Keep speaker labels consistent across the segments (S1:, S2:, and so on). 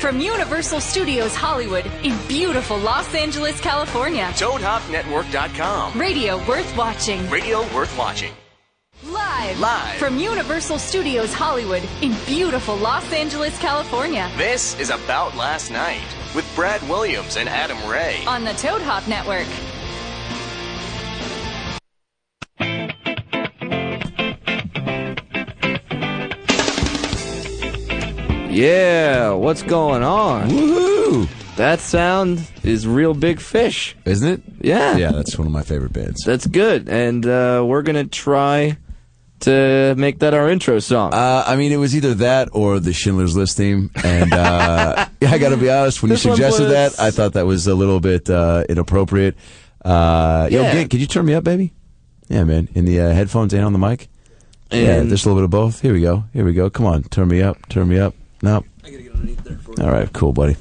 S1: from Universal Studios Hollywood in beautiful Los Angeles, California.
S2: ToadHopNetwork.com.
S1: Radio worth watching.
S2: Radio worth watching.
S1: Live.
S2: Live.
S1: From Universal Studios Hollywood in beautiful Los Angeles, California.
S2: This is About Last Night with Brad Williams and Adam Ray.
S1: On the Toad Hop Network.
S3: Yeah, what's going on?
S4: Woohoo!
S3: That sound is real big fish.
S4: Isn't it?
S3: Yeah.
S4: Yeah, that's one of my favorite bands.
S3: That's good. And uh, we're going to try to make that our intro song.
S4: Uh, I mean, it was either that or the Schindler's List theme. And uh, yeah, I got to be honest, when
S3: This
S4: you
S3: one
S4: suggested
S3: was-
S4: that, I thought that was a little bit uh, inappropriate. Uh, yo,
S3: Yeah.
S4: Gink, could you turn me up, baby? Yeah, man. In the uh, headphones and on the mic. yeah,
S3: And-
S4: just a little bit of both. Here we go. Here we go. Come on, turn me up. Turn me up. No. I gotta get underneath there for All right, cool, buddy.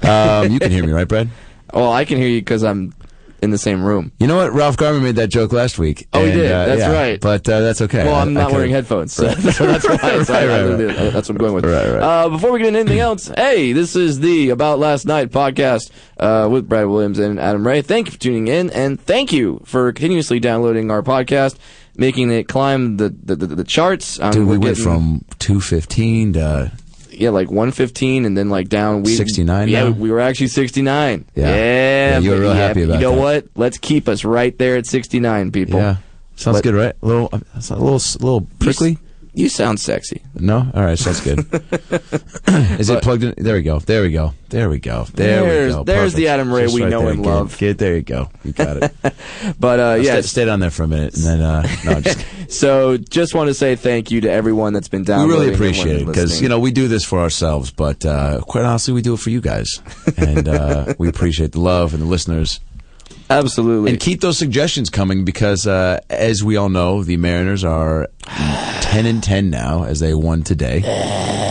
S4: Um, you can hear me, right, Brad?
S3: well, I can hear you because I'm in the same room.
S4: You know what? Ralph Garman made that joke last week.
S3: Oh, he did. That's
S4: yeah,
S3: right.
S4: But uh, that's okay.
S3: Well,
S4: I-
S3: I'm
S4: I
S3: not
S4: could've-
S3: wearing headphones, so, so that's why. so I-
S4: Right,
S3: I-
S4: right, right.
S3: That's what I'm going with.
S4: Right, right.
S3: Uh, before we get into anything else, hey, this is the About Last Night podcast uh, with Brad Williams and Adam Ray. Thank you for tuning in, and thank you for continuously downloading our podcast, making it climb the the, the, the charts. Um,
S4: Dude, we
S3: we're
S4: went
S3: getting-
S4: from 215 to
S3: yeah, like 115, and then like down we
S4: 69
S3: Yeah,
S4: now?
S3: we were actually 69.
S4: Yeah. Yeah, you were
S3: but-
S4: real happy
S3: but
S4: about
S3: You know
S4: that.
S3: what? Let's keep us right there at 69, people.
S4: yeah. Sounds
S3: But-
S4: good, right? A little, uh, it's a little, s- a little
S3: You s-
S4: prickly.
S3: You sound sexy.
S4: No, all right, sounds good. Is it plugged in? There we go. There we go. There we go. There
S3: There's-
S4: we go.
S3: there's the
S4: Perfect.
S3: Adam Ray
S4: Just
S3: we
S4: right
S3: know
S4: there,
S3: and
S4: kid.
S3: love.
S4: Kid, there you go. You got it.
S3: But uh,
S4: yeah,
S3: yeah,
S4: stay, stay down there for a minute, and then uh, no, I'm just. kidding.
S3: So just want to say thank you to everyone that's been
S4: We
S3: downloading.
S4: really
S3: and
S4: appreciate it because
S3: listening.
S4: you know we do this for ourselves, but uh, quite honestly, we do it for you guys, and uh, we appreciate the love and the listeners.
S3: absolutely.
S4: And keep those suggestions coming because, uh, as we all know, the Mariners are 10 and 10 now as they won today.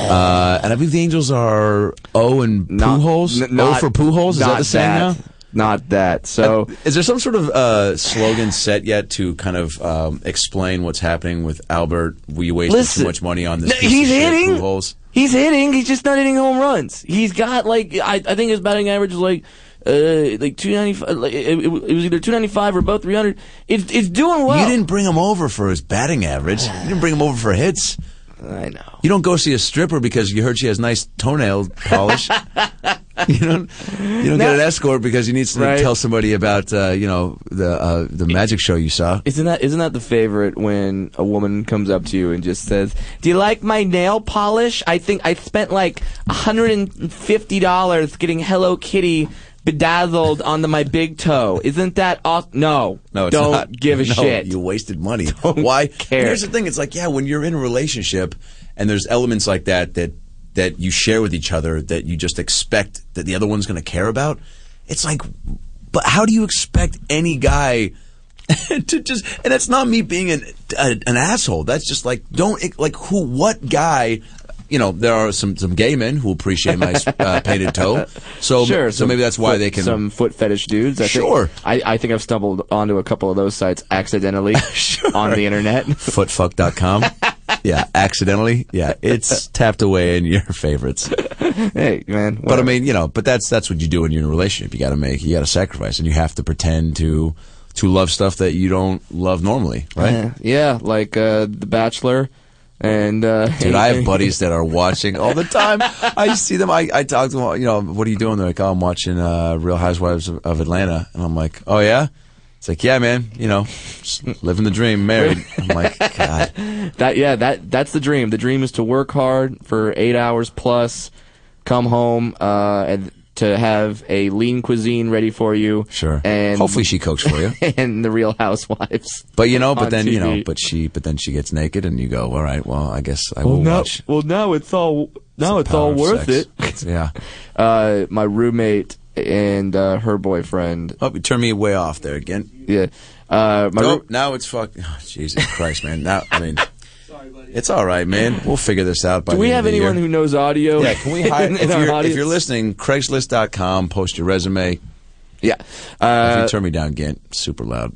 S4: Uh, and I believe the Angels are 0 and Pujols.
S3: n- not-
S4: 0 for Pujols? Is
S3: not
S4: that the same now?
S3: Not that. So
S4: Is there some sort of uh, slogan set yet to kind of um, explain what's happening with Albert? We wasted
S3: Listen.
S4: too much money on this.
S3: No,
S4: piece
S3: he's
S4: of shit,
S3: hitting.
S4: Pujols.
S3: He's hitting. He's just not hitting home runs. He's got like I, I think his batting average is like uh like two ninety five. Like, it, it was either two ninety five or about three hundred. It's it's doing well.
S4: You didn't bring him over for his batting average. You didn't bring him over for hits.
S3: I know.
S4: You don't go see a stripper because you heard she has nice toenail polish. you don't. You don't get an escort because you need to
S3: Right.
S4: tell somebody about uh, you know the uh, the magic show you saw.
S3: Isn't that isn't that the favorite when a woman comes up to you and just says, "Do you like my nail polish? I think I spent like hundred and fifty dollars getting Hello Kitty bedazzled onto my big toe. Isn't that awesome? No,
S4: No, it's
S3: don't
S4: not.
S3: give a
S4: No,
S3: shit.
S4: You wasted money. Why?
S3: care.
S4: Here's the thing. It's like yeah, when you're in a relationship and there's elements like that that that you share with each other that you just expect that the other one's going to care about. It's like, but how do you expect any guy? to just and that's not me being an a, an asshole. That's just like don't like who what guy. You know there are some, some gay men who appreciate my uh, painted toe, so
S3: Sure.
S4: so
S3: some
S4: maybe that's why
S3: foot-
S4: they can
S3: Some foot fetish dudes. I
S4: Sure.
S3: Think, I, I think I've stumbled onto a couple of those sites accidentally on the internet.
S4: footfuck.com. yeah, accidentally. Yeah, it's tapped away in your favorites.
S3: hey, man.
S4: But I
S3: whatever.
S4: mean, you know, but that's that's what you do when you're in a relationship. You got to make, you got to sacrifice, and you have to pretend to to love stuff that you don't love normally, right?
S3: Yeah, yeah, like uh, The Bachelor. And uh,
S4: Dude, I have buddies that are watching all the time. I see them. I, I talk to them. You know, what are you doing? They're like, oh, I'm watching uh, Real Housewives of, of Atlanta, and I'm like, oh yeah. It's like, yeah, man. You know, just living the dream, married. I'm like, God.
S3: That yeah, that that's the dream. The dream is to work hard for eight hours plus, come home, uh, and to have a lean cuisine ready for you.
S4: Sure.
S3: And
S4: Hopefully, she cooks for you.
S3: and the Real Housewives.
S4: But you know,
S3: on
S4: but then you know,
S3: TV.
S4: but she, but then she gets naked, and you go, all right, well, I guess I will watch.
S3: well now it's all now it's,
S4: Power
S3: all
S4: of
S3: worth it.
S4: Sex. It's- yeah.
S3: Uh, my roommate and uh, her boyfriend.
S4: Oh, you turn me way off there again.
S3: Yeah. Uh, my
S4: Nope.
S3: roo-
S4: Now it's fuck. Oh, Jesus Christ, man. Now I mean, it's all right, man. We'll figure this out. By
S3: do we
S4: the
S3: have
S4: end of the
S3: anyone
S4: year.
S3: who knows audio?
S4: Yeah, can we hire?
S3: in,
S4: if,
S3: in our
S4: you're, if
S3: audience?
S4: you're listening, Craigslist.com. Post your resume.
S3: yeah.
S4: if
S3: Uh,
S4: you turn me down, Gint, super loud.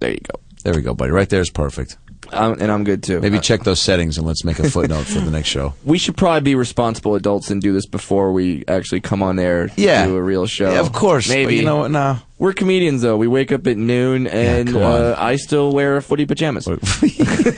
S3: there you go.
S4: There we go, buddy. Right there is perfect.
S3: um, and I'm good too.
S4: Maybe check those settings and let's make a footnote for the next show.
S3: we should probably be responsible adults and do this before we actually come on air to
S4: Yeah.
S3: do a real show.
S4: Yeah, of course.
S3: Maybe.
S4: But you know what? No.
S3: We're comedians, though. We wake up at noon, and
S4: come on.
S3: uh, I still wear footy pajamas.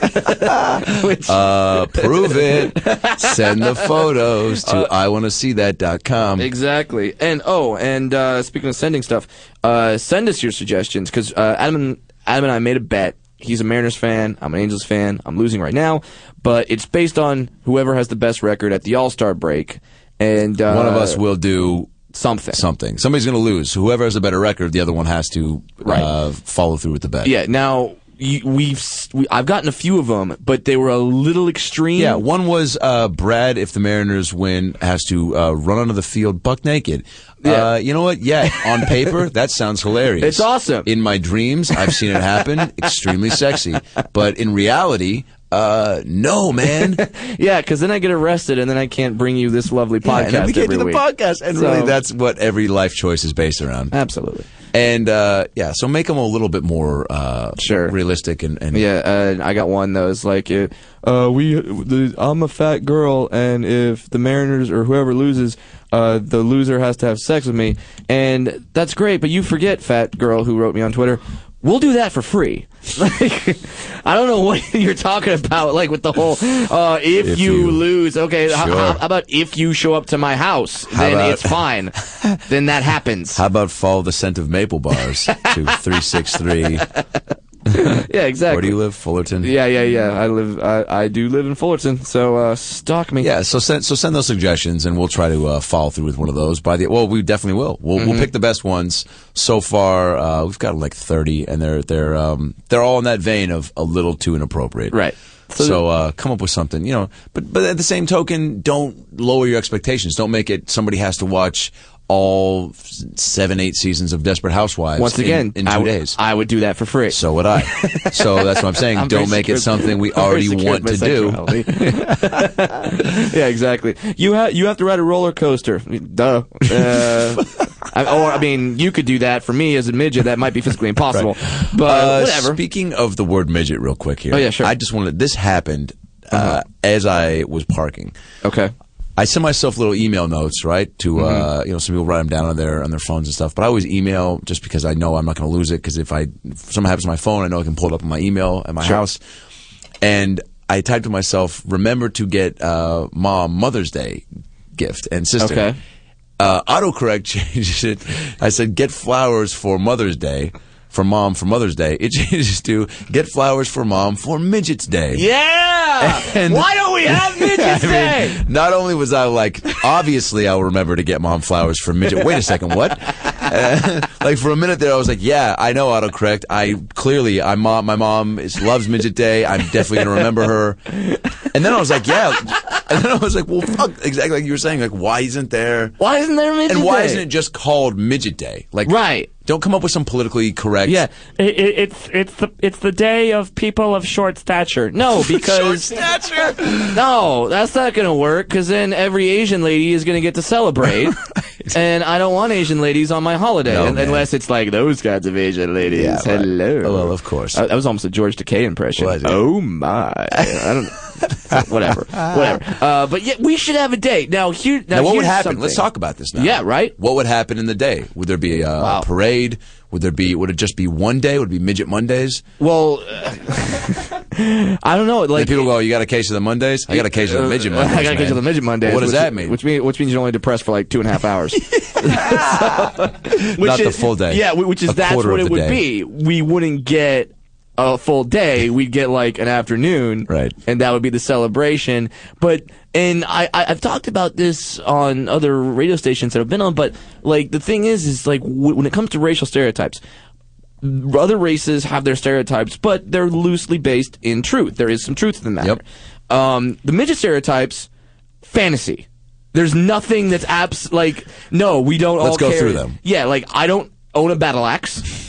S3: Which,
S4: Uh, prove it. Send the photos
S3: Uh,
S4: to I want to see that.com.
S3: exactly. And oh, and uh, speaking of sending stuff, uh, send us your suggestions because uh, Adam, and, Adam and I made a bet. He's a Mariners fan. I'm an Angels fan. I'm losing right now, but it's based on whoever has the best record at the All Star break. And uh,
S4: One of us will do
S3: something.
S4: something. Somebody's going to lose. Whoever has a better record, the other one has to uh, follow through with the bet.
S3: Yeah. Now you, we've s- we, I've gotten a few of them, but they were a little extreme.
S4: Yeah, one was uh, Brad. If the Mariners win, has to uh, run onto the field buck naked.
S3: Yeah.
S4: Uh, you know what? Yeah, on paper that sounds hilarious.
S3: It's awesome.
S4: In my dreams, I've seen it happen. Extremely sexy, but in reality, uh, no, man.
S3: Yeah, because then I get arrested, and then I can't bring you this lovely podcast
S4: and then we can't
S3: every
S4: do the
S3: week.
S4: podcast, and
S3: So- Uh,
S4: really, that's what every life choice is based around.
S3: Absolutely.
S4: And uh, yeah, so make them a little bit more uh,
S3: Sure.
S4: realistic and, and
S3: Yeah, uh, I got one that was like, uh, uh, "We, the, I'm a fat girl, and if the Mariners or whoever loses, uh, the loser has to have sex with me." And that's great, but you forget, fat girl who wrote me on Twitter. We'll do that for free. like, I don't know what you're talking about. Like with the whole, uh, if,
S4: If
S3: you,
S4: you-
S3: lose, okay. h-
S4: Sure.
S3: How, how about if you show up to my house, then
S4: about-
S3: it's fine. then that happens.
S4: How about follow the scent of maple bars to 363?
S3: yeah, exactly.
S4: Where do you live? Fullerton?
S3: Yeah, yeah, yeah. I live. I, I do live in Fullerton, so uh, stalk me.
S4: Yeah, so send so send those suggestions, and we'll try to uh, follow through with one of those. By the well, we definitely will. We'll,
S3: Mm-hmm.
S4: we'll pick the best ones. So far, uh, we've got like thirty, and they're they're um, they're all in that vein of a little too inappropriate.
S3: Right.
S4: So,
S3: So-
S4: uh, come up with something, you know. But but at the same token, don't lower your expectations. Don't make it somebody has to watch all s- seven eight seasons of Desperate Housewives
S3: Once
S4: in-
S3: again,
S4: in, two
S3: I w-
S4: days.
S3: I would do that for free.
S4: so would I. so that's what I'm saying.
S3: I'm very
S4: Don't make it
S3: secured-
S4: something we
S3: I'm very
S4: already
S3: secured
S4: want
S3: my
S4: to do.
S3: sexuality. yeah, exactly. You ha- you have to ride a roller coaster. Duh. Uh, I, or I mean, you could do that for me as a midget. That might be physically impossible, but
S4: Uh,
S3: whatever.
S4: Speaking of the word midget, real quick here.
S3: Oh, yeah, sure. Uh-huh.
S4: I just wanted this happened uh, as I was parking.
S3: okay.
S4: I send myself little email notes, right? To
S3: Mm-hmm.
S4: uh, you know, some people write them down on their on their phones and stuff. But I always email just because I know I'm not going to lose it. Because if I if something happens to my phone, I know I can pull it up on my email at my house. And I typed to myself, remember to get uh, mom Mother's Day gift and sister.
S3: Okay.
S4: Uh, autocorrect changes it. I said, get flowers for Mother's Day. For mom for Mother's Day, it changes to get flowers for mom for Midget's Day.
S3: Yeah.
S4: And-
S3: Why don't we have midgets
S4: I
S3: day?
S4: mean, not only was I like, obviously, I'll remember to get mom flowers for midget. Wait a second, what? Uh, like for a minute there, I was like, yeah, I know autocorrect. I clearly, I mom, my mom is, loves midget day. I'm definitely gonna remember her. And then I was like, yeah. And then I was like, well, fuck, exactly like you were saying. Like, why isn't there?
S3: why isn't there a midget
S4: And why
S3: day?
S4: isn't it just called midget day? Like,
S3: Right.
S4: Don't come up with some politically correct.
S3: Yeah.
S5: It, it, it's it's the it's the day of people of short stature.
S3: No,
S4: Short
S3: because
S4: stature.
S3: No, that's not going to work because then every Asian lady is going to get to celebrate. And I don't want Asian ladies on my holiday
S4: No,
S3: un-
S4: man.
S3: unless it's like those kinds of Asian ladies.
S4: Yeah, right.
S3: Hello.
S4: Oh, well, of course.
S3: Uh, that was almost a George Takei impression.
S4: Was it?
S3: Oh my! I don't. whatever, whatever. Uh, but yeah, we should have a date now. Here, now,
S4: Now, what would
S3: here's
S4: happen?
S3: something.
S4: Let's talk about this now.
S3: Yeah, right.
S4: What would happen in the day? Would there be a uh,
S3: Wow.
S4: parade? Would there be? Would it just be one day? Would it be midget Mondays?
S3: Well, uh, I don't know. Like Uh,
S4: And people go, "You got a case of the Mondays? I got a case of the midget Mondays.
S3: I got a case
S4: man."
S3: of the midget Mondays.
S4: What does
S3: which-
S4: that mean?
S3: Which, mean? which means you're only depressed for like two and a half hours. Which
S4: Not the
S3: is-
S4: full day.
S3: Yeah, wh- which is
S4: A
S3: that's
S4: quarter
S3: what
S4: of
S3: it
S4: the
S3: would be.
S4: day.
S3: We wouldn't get a full day. We'd get like an afternoon,
S4: Right.
S3: And that would be the celebration. But and I, I I've talked about this on other radio stations that I've been on. But like the thing is, is like w- when it comes to racial stereotypes. Other races have their stereotypes, but they're loosely based in truth. There is some truth to the matter. Um, the midget stereotypes, fantasy. There's nothing that's abs like no. We don't
S4: Let's
S3: all
S4: go
S3: carry-
S4: through them.
S3: yeah, like I don't own a battle axe.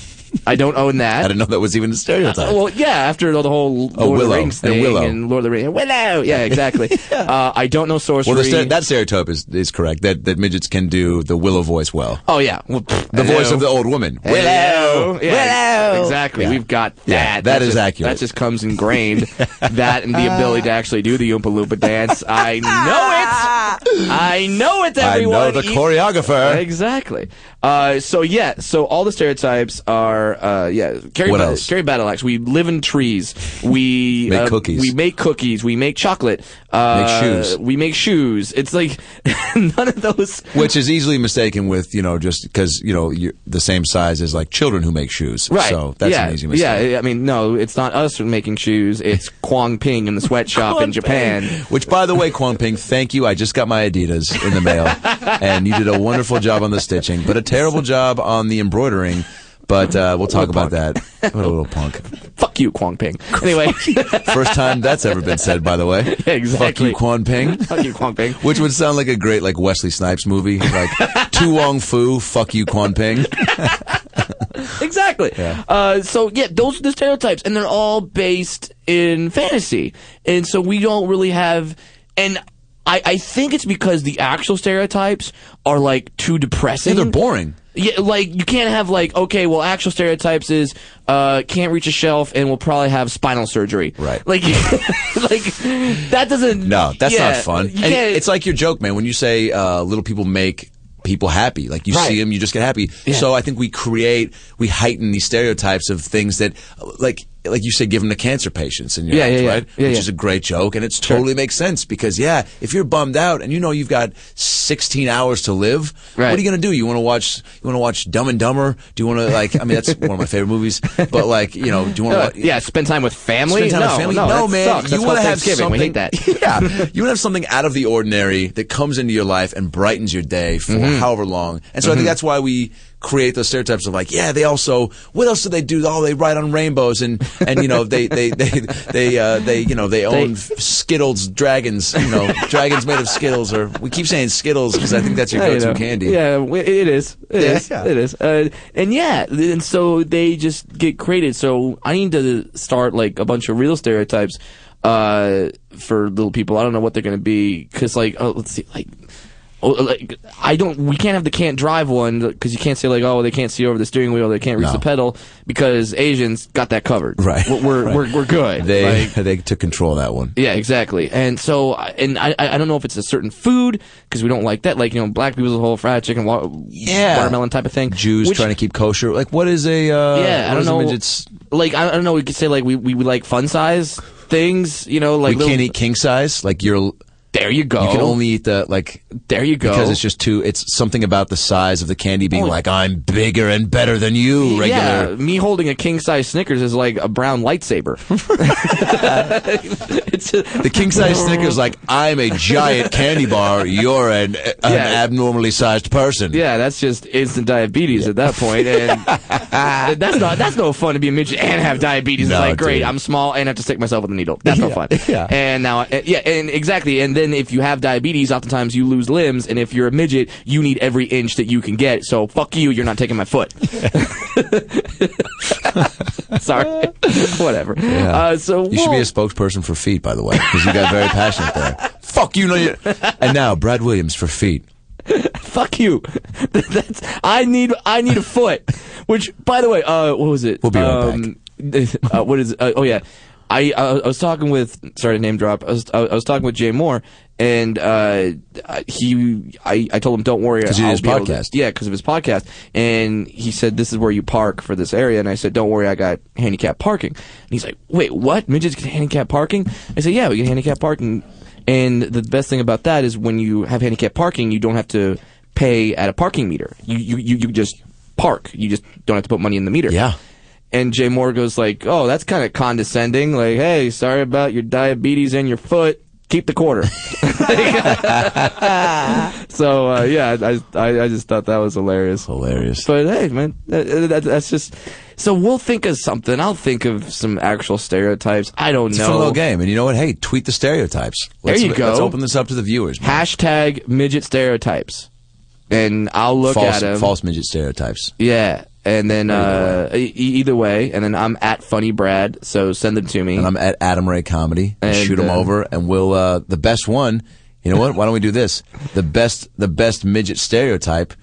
S3: I don't own that.
S4: I didn't know that was even a stereotype.
S3: Uh, well, yeah, after all the whole Lord of
S4: Willow,
S3: the Rings
S4: and
S3: thing
S4: Willow.
S3: Lord of the Rings, Willow. Yeah, exactly. uh, I don't know sorcery.
S4: well, the stere- that stereotype is, is correct. That that midgets can do the Willow voice well.
S3: oh yeah, well, pff,
S4: The
S3: hello.
S4: voice of the old woman.
S3: Hello. Yeah,
S4: Willow.
S3: Exactly.
S4: Yeah.
S3: We've got that.
S4: Yeah, that
S3: That's
S4: is
S3: just-
S4: accurate.
S3: That just comes ingrained. that and the ability to actually do the Oompa Loompa dance. I know it. I know it,
S4: I
S3: everyone.
S4: know the
S3: Even-
S4: choreographer.
S3: Exactly. Uh, so yeah, so all the stereotypes are uh, yeah. Carry
S4: What
S3: ba-
S4: else?
S3: Carry battle axe. We live in trees. We
S4: Make
S3: uh,
S4: cookies.
S3: We make cookies. We make chocolate. Uh,
S4: Make shoes.
S3: We make shoes. It's like none of those.
S4: Which is easily mistaken with, you know, just because, you know, you're the same size as like children who make shoes.
S3: Right.
S4: So that's
S3: yeah.
S4: an easy mistake.
S3: Yeah. I mean, no, it's not us making shoes. It's Kwang Ping in the sweatshop in Japan.
S4: Which, by the way, Kwon Ping, thank you. I just got my Adidas in the mail, and you did a wonderful job on the stitching, but a terrible job on the embroidering. But uh, we'll talk about that. What a little punk!
S3: Fuck you, Kwang Ping. Anyway,
S4: First time that's ever been said, by the way.
S3: exactly.
S4: Fuck you, Kwon Ping.
S3: fuck you, Kwang Ping.
S4: Which would sound like a great like Wesley Snipes movie, like Tu Wong Fu. Fuck you, Kwon Ping.
S3: exactly. Uh, so yeah, those are the stereotypes, and they're all based in fantasy, and so we don't really have. And I, I think it's because the actual stereotypes are like too depressing.
S4: they're boring.
S3: Yeah, like you can't have like okay, well, actual stereotypes is uh, can't reach a shelf and will probably have spinal surgery.
S4: Right.
S3: Like, like that doesn't.
S4: No, that's
S3: yeah,
S4: not fun.
S3: you
S4: And
S3: can't-
S4: it's like your joke, man. When you say uh, little people make people happy, like you
S3: Right.
S4: see them, you just get happy. So I think we create, we heighten these stereotypes of things that, like, like you say, give them to cancer patients and your
S3: Yeah,
S4: act,
S3: yeah, yeah.
S4: right?
S3: Yeah,
S4: Which
S3: yeah.
S4: is a great joke, and it's totally makes sense because yeah, if you're bummed out and you know you've got 16 hours to live,
S3: Right.
S4: what are you gonna do? You want to watch? You want to watch Dumb and Dumber? Do you want to like? I mean, that's one of my favorite movies. But like, you know, do you want to?
S3: Uh, yeah, spend time with family.
S4: Spend time
S3: no,
S4: with family?
S3: no, that
S4: man.
S3: sucks. That's
S4: you
S3: called
S4: want to have
S3: Thanksgiving.
S4: something.
S3: We hate that.
S4: yeah, you want to have something out of the ordinary that comes into your life and brightens your day for
S3: Mm-hmm.
S4: however long. And so I think that's why we create those stereotypes of like, yeah, they also. What else do they do? Oh, they ride on rainbows and and you know they they they they uh, they you know they own f Skittles dragons. You know, dragons made of Skittles. Or we keep saying Skittles because I think that's your
S3: Yeah, you
S4: go-to
S3: know.
S4: candy.
S3: Yeah, w- it is. It
S4: Yeah,
S3: is.
S4: yeah.
S3: It is. Uh, and yeah, th- and so they just get created. So I need to start like a bunch of real stereotypes uh, for little people. I don't know what they're going to be because, like, oh, let's see, like. Oh, like I don't. We can't have the can't drive one because you can't say like, oh, they can't see over the steering wheel, they can't reach
S4: No.
S3: the pedal because Asians got that covered.
S4: Right.
S3: We're we're,
S4: Right.
S3: we're, we're good.
S4: They
S3: Like-
S4: they took control of that one.
S3: yeah, exactly. And so, I- and I, I I don't know if it's a certain food because we don't like that. Like you know, black people's whole fried chicken, wa-
S4: Yeah.
S3: watermelon type of thing.
S4: Jews
S3: Which-
S4: trying to keep kosher. Like, what is a uh,
S3: yeah, I
S4: what
S3: don't
S4: is a
S3: know.
S4: midget's
S3: like I, I don't know. We could say like we, we, we like fun size things. You know, like
S4: we can't
S3: little-
S4: eat king size. Like you're, you
S3: There you go.
S4: can only eat the like
S3: There you go. Oh.
S4: because it's just too. It's something about the size of the candy being like I'm bigger and better than you.
S3: Yeah,
S4: Regular.
S3: me holding a king size Snickers is like a brown lightsaber. it's a,
S4: The king size Snickers like I'm a giant candy bar. You're an, an
S3: Yeah.
S4: abnormally sized person.
S3: Yeah, that's just instant diabetes at that point, and that's not that's no fun to be a midget and have diabetes.
S4: No,
S3: it's like great,
S4: dude.
S3: I'm small and have to stick myself with a needle. That's no fun.
S4: yeah.
S3: And now, uh, yeah, and exactly. And then if you have diabetes, oftentimes you lose limbs, and if you're a midget, you need every inch that you can get. So fuck you, you're not taking my foot. Sorry, whatever. Uh, so
S4: You should be
S3: well-
S4: a spokesperson for feet, by the way, because you got very passionate there. Fuck you, no. you- And now Brad Williams for feet.
S3: fuck you. That's I need I need a foot. Which by the way, uh, what was it?
S4: We'll be right
S3: back. uh, what is? Uh, oh yeah, I uh, I was talking with sorry to name drop. I was I, was talking with Jay Moore and uh, he I, I told him don't worry
S4: 'Cause he did
S3: I'll
S4: his
S3: be able to-
S4: podcast.
S3: yeah, because of his podcast. And he said, "This is where you park for this area." And I said, "Don't worry, I got handicap parking." And he's like, "Wait, what? Midgets get handicap parking?" I said, "Yeah, we get handicap parking." And the best thing about that is when you have handicap parking, you don't have to pay at a parking meter. You you you, you just park. You just don't have to put money in the meter.
S4: Yeah.
S3: And Jay Moore goes like, "Oh, that's kind of condescending. Like, hey, sorry about your diabetes and your foot. Keep the quarter." so uh, yeah, I, I I just thought that was hilarious.
S4: Hilarious.
S3: But hey, man, that, that, that's just. So we'll think of something. I'll think of some actual stereotypes. I don't
S4: It's a
S3: know.
S4: fun little game, and you know what? Hey, tweet the stereotypes.
S3: There
S4: Let's,
S3: you
S4: Let's
S3: go.
S4: open this up to the viewers. man.
S3: Hashtag midget stereotypes, and I'll look
S4: false,
S3: at them.
S4: false midget stereotypes.
S3: Yeah, and then uh, e- either way, and then I'm at Funny Brad, so send them to me.
S4: and I'm at Adam Ray Comedy. And
S3: And,
S4: shoot him
S3: uh,
S4: over, and we'll uh, the best one. You know what? Why don't we do this? The best, the best midget stereotype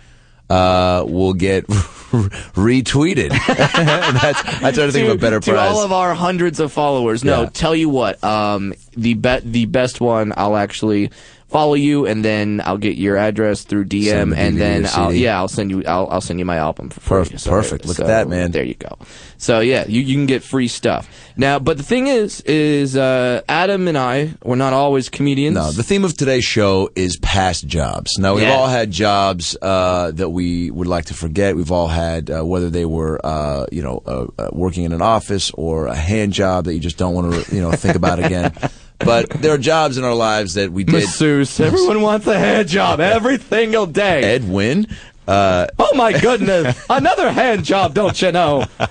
S4: uh, will get retweeted. that's that's how to think of a better
S3: to
S4: prize.
S3: all of our hundreds of followers. No,
S4: Yeah.
S3: tell you what, um, the bet the best one. I'll actually follow you, and then I'll get your address through
S4: Send
S3: DM,
S4: the
S3: and
S4: DVD
S3: then
S4: or
S3: I'll,
S4: CD.
S3: yeah, I'll send you. I'll, I'll send you my album for free.
S4: Perfect, perfect. Look at that, man.
S3: There you go. So yeah, you you can get free stuff now. But the thing is, is uh, Adam and I we're not always comedians.
S4: No, the theme of today's show is past jobs. Now, we've
S3: Yeah.
S4: all had jobs uh, that we would like to forget. We've all had, uh, whether they were, uh, you know, uh, uh, working in an office or a hand job that you just don't want to, you know, think about again. But there are jobs in our lives that we did.
S3: masseuse. Everyone wants a hand job every single day.
S4: Ed Wynn. Uh,
S3: Oh my goodness! Another hand job, don't you know? I,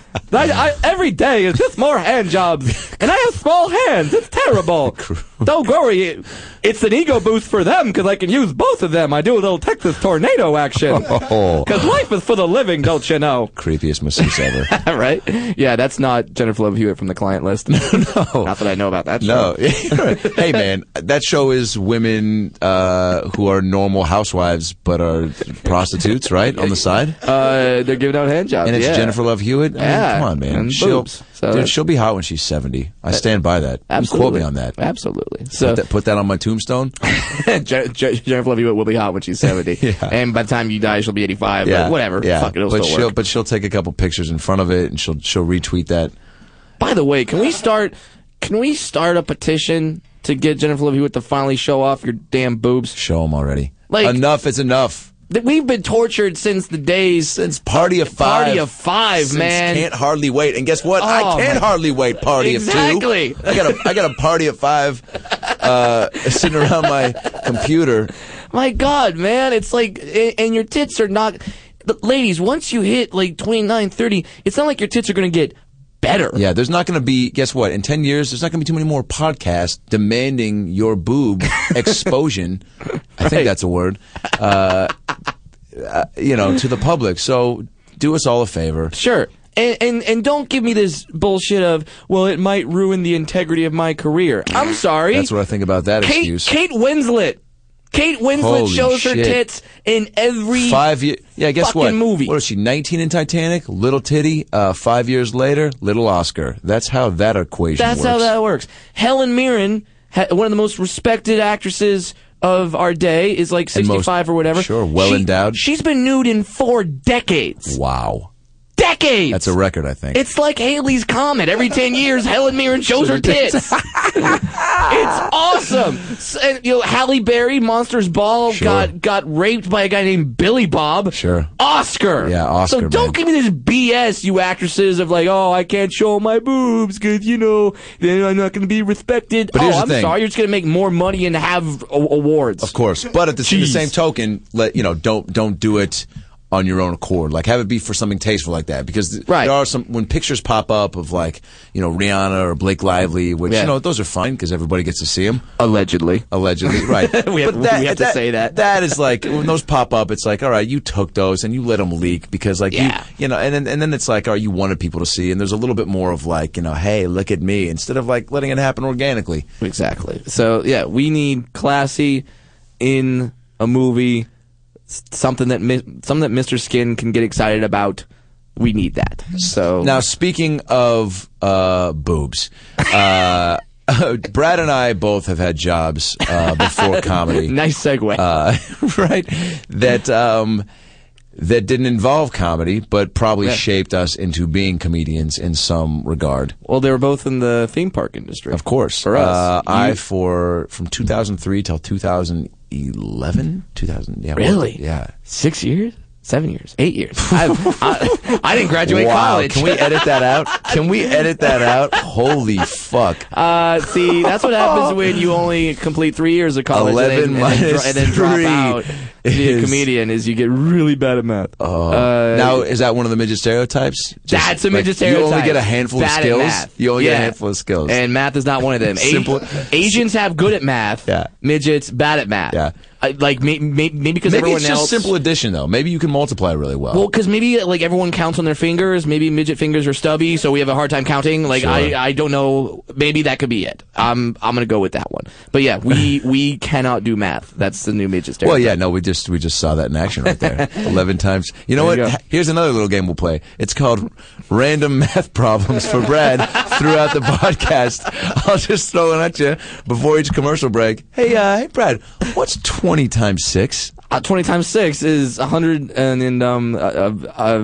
S3: I, every day is just more hand jobs, and I have small hands. It's terrible. Don't worry, it's an ego boost for them because I can use both of them. I do a little Texas tornado action
S4: oh,
S3: because life is for the living, don't you know?
S4: creepiest masseuse ever.
S3: right? Yeah, that's not Jennifer Love Hewitt from the client list. no, not that I know about that.
S4: No, hey man, that show is women uh, who are normal housewives but are prostitutes, right? On the side.
S3: uh, they're giving out hand jobs,
S4: and it's
S3: yeah.
S4: Jennifer Love Hewitt. I mean,
S3: Yeah,
S4: come on, man.
S3: and
S4: she'll,
S3: boobs. So
S4: dude,
S3: that's-
S4: she'll be hot when she's seventy. I stand by that.
S3: Absolutely.
S4: You quote me on that.
S3: Absolutely. So
S4: Put that, put that on my tombstone.
S3: Je- Je- Jennifer Love Hewitt will be hot when she's 70. And by the time you die, she'll be 85. But whatever.
S4: Yeah.
S3: Fuck it, it'll
S4: but
S3: still
S4: she'll
S3: work.
S4: but she'll take a couple pictures in front of it, and she'll she'll retweet that.
S3: By the way, can we start, can we start a petition to get Jennifer Love Hewitt to finally show off your damn boobs?
S4: Show them already.
S3: Like-
S4: enough is enough.
S3: That We've been tortured since the days.
S4: Since party of five.
S3: Party of Five,
S4: Since
S3: man.
S4: Can't hardly wait. And guess what? I
S3: Oh,
S4: can
S3: my-
S4: hardly wait. Party
S3: Exactly.
S4: of two. I got a I got a party of five uh, sitting around my computer.
S3: My God, man, it's like, a- and your tits are not, the- ladies, once you hit like 29, 30, it's not like your tits are going to get better.
S4: Yeah, there's not going to be, guess what? In 10 years, there's not going to be too many more podcasts demanding your boob exposure. I think that's a word. Uh, uh, you know, to the public. So do us all a favor.
S3: Sure. And, and and don't give me this bullshit of well it might ruin the integrity of my career. I'm sorry.
S4: That's what I think about that
S3: Kate
S4: excuse.
S3: Kate Winslet. Kate Winslet
S4: Holy
S3: shows her
S4: shit.
S3: tits in every
S4: Five years. Yeah, guess
S3: fucking
S4: what?
S3: movie.
S4: What is she, 19 in Titanic? Little titty. Uh, five years later, little Oscar. That's how that equation
S3: That's
S4: works.
S3: how that works. Helen Mirren, ha- one of the most respected actresses of our day, is like
S4: And most-
S3: 65 or whatever.
S4: sure, well
S3: She-
S4: endowed.
S3: She's been nude in four decades.
S4: Wow.
S3: Decades.
S4: That's a record, I think.
S3: It's like Haley's Comet. Every 10 years, Helen Mirren shows her tits. it's awesome. S- And, you know, Halle Berry, Monsters Ball,
S4: Sure.
S3: got, got raped by a guy named Billy Bob.
S4: Sure.
S3: Oscar.
S4: Yeah, Oscar,
S3: So don't
S4: man.
S3: give me this BS, you actresses, of like, oh, I can't show my boobs because, you know, then I'm not going to be respected.
S4: But
S3: oh,
S4: here's the
S3: I'm
S4: thing.
S3: sorry. You're just going to make more money and have a- awards.
S4: Of course, but at the, the
S3: Jeez.
S4: same token, let you know, don't don't do it on your own accord. Like have it be for something tasteful like that, because th-
S3: Right.
S4: there are some when pictures pop up of like you know Rihanna or Blake Lively, which
S3: Yeah.
S4: you know those are fine because everybody gets to see them
S3: Allegedly.
S4: allegedly, right?
S3: We have-
S4: But
S3: we have to say that.
S4: that is like when those pop up, it's like all right, you took those and you let them leak because like
S3: Yeah.
S4: you you know, and then and then it's like all right, you wanted people to see, and there's a little bit more of like you know, hey, look at me, instead of like letting it happen organically.
S3: Exactly. So yeah, we need classy in a movie, s- something that mi- something that Mr. Skin can get excited about. We need that. So
S4: Now, speaking of uh, boobs, uh, Brad and I both have had jobs uh, before comedy,
S3: nice segue.
S4: uh, right? That um, that didn't involve comedy, but probably
S3: Yeah.
S4: shaped us into being comedians in some regard.
S3: well, they were both in the theme park industry,
S4: Of course,
S3: For us,
S4: uh,
S3: You-
S4: I for from 2003 till 2011, 2000. Yeah,
S3: really,
S4: yeah.
S3: six years, seven years, eight years. I've, I, I didn't graduate
S4: wow,
S3: college.
S4: can we edit that out? Can we edit that out? Holy fuck!
S3: uh, see, that's what happens when you only complete three years of college
S4: 11
S3: and then, and then, dro-
S4: minus
S3: and then drop
S4: three
S3: out. to be a
S4: is-
S3: comedian is you get really bad at math. Oh,
S4: now is that one of the midget stereotypes? Just,
S3: That's a midget
S4: like,
S3: stereotype.
S4: You only get a handful
S3: Bad
S4: of
S3: at
S4: skills.
S3: math.
S4: You only get
S3: Yeah.
S4: a handful of skills.
S3: And math is not one of them.
S4: Simple-
S3: Asians have good at math.
S4: Yeah.
S3: Midgets bad at math.
S4: yeah.
S3: I, like may, may, maybe because
S4: Maybe
S3: everyone
S4: it's just
S3: else.
S4: simple addition, though. Maybe you can multiply really well.
S3: well, because maybe like everyone counts on their fingers. Maybe midget fingers are stubby, so we have a hard time counting. Like I,
S4: Sure.
S3: I don't know. Maybe that could be it. I'm, I'm gonna go with that one. But yeah, we, we cannot do math. That's the new midget stereotype.
S4: Well, yeah, no, we just we just saw that in action right there, eleven times. You know
S3: There you
S4: what?
S3: go.
S4: Here's another little game we'll play. It's called Random Math Problems for Brad throughout the podcast. I'll just throw it at you before each commercial break. Hey, uh, hey, Brad, what's twenty times six?
S3: Uh, 20 times 6 is 100 and, and um uh, uh,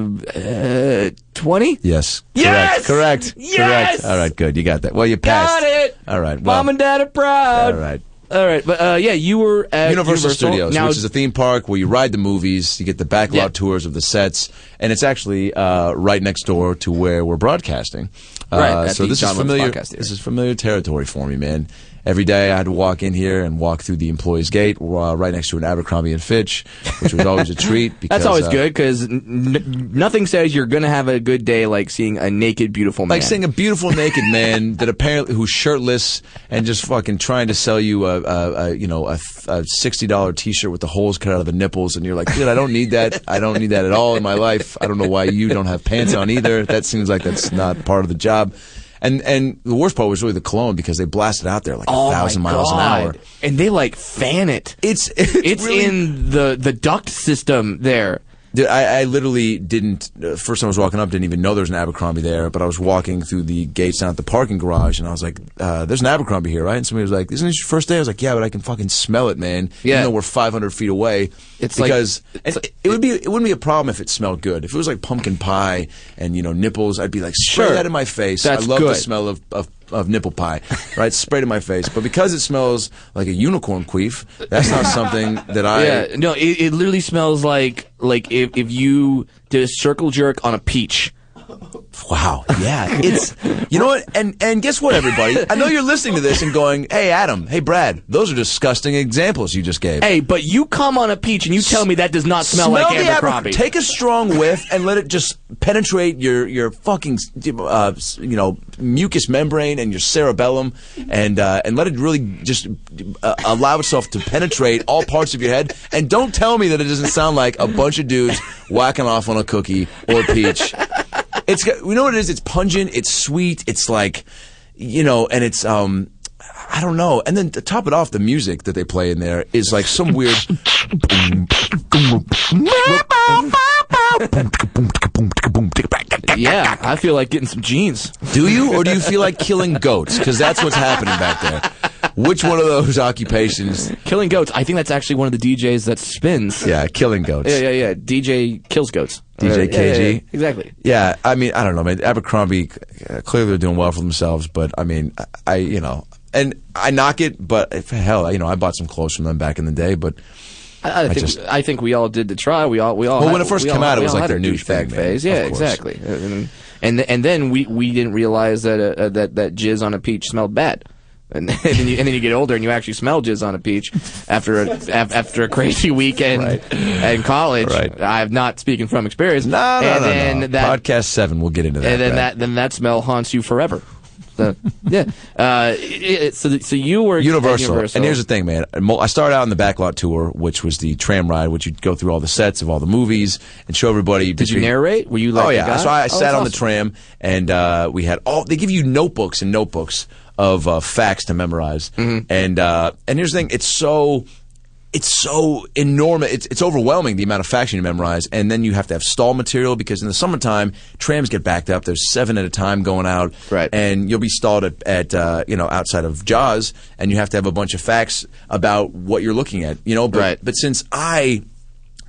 S3: uh, 20?
S4: Yes.
S3: Yes!
S4: Correct. Correct.
S3: Yes!
S4: Correct. All right. Good. You got that. Well, you passed.
S3: Got it.
S4: All right. Well,
S3: Mom and dad are proud.
S4: All right.
S3: All right, but uh, yeah, you were at
S4: Universal, Studios,
S3: Now,
S4: which is a theme park where you ride the movies, you get the backlot
S3: Yeah.
S4: tours of the sets, and it's actually uh, right next door to where we're broadcasting. Uh,
S3: Right, at
S4: so
S3: the
S4: this
S3: John
S4: is
S3: Lewis
S4: familiar.
S3: Podcast Theater.
S4: This is familiar territory for me, man. Every day I had to walk in here and walk through the employees' gate, uh, right next to an Abercrombie and Fitch, which was always a treat. Because,
S3: that's always
S4: uh,
S3: good 'cause good because n- nothing says you're gonna have a good day like seeing a naked, beautiful man.
S4: Like seeing a beautiful naked man that apparently who's shirtless and just fucking trying to sell you a, a, a you know a, th- a sixty dollar t shirt with the holes cut out of the nipples, and you're like, dude, I don't need that. I don't need that at all in my life. I don't know why you don't have pants on either. That seems like that's not part of the job. And and the worst part was really the cologne because they blasted out there like
S3: Oh
S4: a
S3: my
S4: thousand miles
S3: God.
S4: an hour.
S3: and they like fan it.
S4: It's it's,
S3: It's
S4: really-
S3: in the the duct system there.
S4: Dude, I, I literally didn't. Uh, first time I was walking up, didn't even know there was an Abercrombie there. But I was walking through the gates down at the parking garage, and I was like, uh, "There's an Abercrombie here, right?" And somebody was like, "Isn't this your first day?" I was like, "Yeah, but I can fucking smell it, man.
S3: Yeah.
S4: Even though we're 500 feet away,
S3: It's like-
S4: because and it, it would be it wouldn't be a problem if it smelled good. If it was like pumpkin pie and you know nipples, I'd be like, "Spray
S3: Sure.
S4: that in my face."
S3: That's
S4: I love the
S3: good.
S4: smell of, of of nipple pie, right? Sprayed in my face. But because it smells like a unicorn queef, that's not something that I.
S3: yeah, no, it, it literally smells like like if if you did a circle jerk on a peach.
S4: Wow. Yeah. It's you know what? And and guess what, everybody? I know you're listening to this and going, "Hey, Adam. Hey, Brad. Those are disgusting examples you just gave."
S3: Hey, but you come on a peach and you tell me that does not smell, like
S4: the
S3: Abercrombie.
S4: Abercr- Take a strong whiff and let it just penetrate your your fucking uh, you know mucous membrane and your cerebellum, and uh, and let it really just uh, allow itself to penetrate all parts of your head. And don't tell me that it doesn't sound like a bunch of dudes whacking off on a cookie or peach. It's got- you know what it is. It's pungent. It's sweet. It's like you know, and it's um. I don't know. And then to top it off, the music that they play in there is like some weird
S3: yeah, I feel like getting some jeans.
S4: Do you, or do you feel like killing goats? Because that's what's happening back there. Which one of those occupations?
S3: Killing goats. I think that's actually one of the DJs that spins.
S4: Yeah, killing goats.
S3: yeah, yeah. yeah. DJ kills goats. Uh,
S4: DJ
S3: Yeah, yeah,
S4: KG.
S3: yeah, exactly.
S4: Yeah, I mean, I don't know, man. Abercrombie uh, clearly they're doing well for themselves, but I mean, I, I you know, and I knock it, but if, hell, you know, I bought some clothes from them back in the day, but
S3: I, I think
S4: just-
S3: I think we all did the try. We all we all.
S4: Well,
S3: had-
S4: when it first
S3: we
S4: came
S3: all-
S4: out, it
S3: we
S4: was
S3: all
S4: like
S3: had
S4: their
S3: our
S4: new
S3: douchebag
S4: thing, man.
S3: phase. Yeah,
S4: Of course.
S3: exactly. Uh, And and, th- and then we, we didn't realize that uh, uh, that that jizz on a peach smelled bad. And then, you, and then you get older and you actually smell jizz on a peach after a, af- after a crazy weekend in college.
S4: Right.
S3: I'm not speaking from experience.
S4: no, no,
S3: and
S4: no,
S3: then
S4: no.
S3: That,
S4: Podcast seven, we'll get into that.
S3: and then
S4: Brad.
S3: that then that smell haunts you forever. So, yeah. Uh, it, it, so so you were at
S4: Universal. And here's the thing, man. Mo- I started out on the backlot tour, which was the tram ride, which you'd go through all the sets of all the movies and show everybody.
S3: Did you narrate? Were you like
S4: oh
S3: the
S4: yeah,
S3: guy?
S4: so I
S3: Oh,
S4: sat
S3: that's
S4: on the
S3: awesome.
S4: tram, and uh, we had all. They give you notebooks and notebooks of uh, facts to memorize,
S3: Mm-hmm.
S4: and uh, and here's the thing: it's so. It's so enormous. It's, it's overwhelming the amount of facts you need to memorize, and then you have to have stall material because in the summertime trams get backed up. There's seven at a time going out,
S3: Right.
S4: And you'll be stalled at, at uh, you know outside of Jaws, and you have to have a bunch of facts about what you're looking at, you know. But
S3: Right.
S4: but since I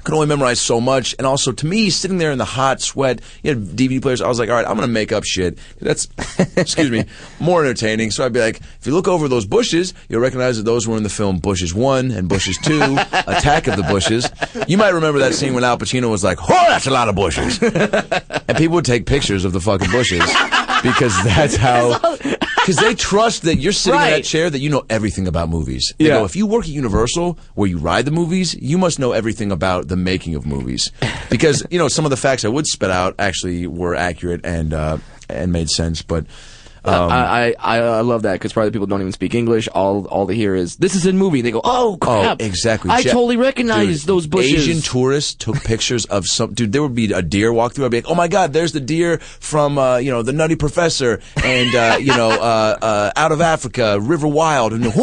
S4: could only memorize so much, and also to me, sitting there in the hot sweat, you had DVD players. I was like, all right, I'm gonna make up shit. That's, excuse me, more entertaining. So I'd be like, if you look over those bushes, you'll recognize that those were in the film Bushes One and Bushes Two, Attack of the Bushes. You might remember that scene when Al Pacino was like, "Oh, that's a lot of bushes," and people would take pictures of the fucking bushes because that's how. Because they trust that you're sitting in
S3: Right.
S4: that chair that you know everything about movies. They
S3: Yeah.
S4: go, if you work at Universal where you ride the movies, you must know everything about the making of movies. Because, you know, some of the facts I would spit out actually were accurate and, uh, and made sense. But
S3: Uh, I, I I love that because probably people don't even speak English. All all they hear is this is in movie. And they go, oh crap,
S4: exactly.
S3: I
S4: Je-
S3: totally recognize
S4: Dude,
S3: those bushes.
S4: Asian tourists took pictures of some dude. There would be a deer walk through. I'd be like, oh my god, there's the deer from uh, you know the Nutty Professor and uh, you know uh, uh, out of Africa, River Wild, and and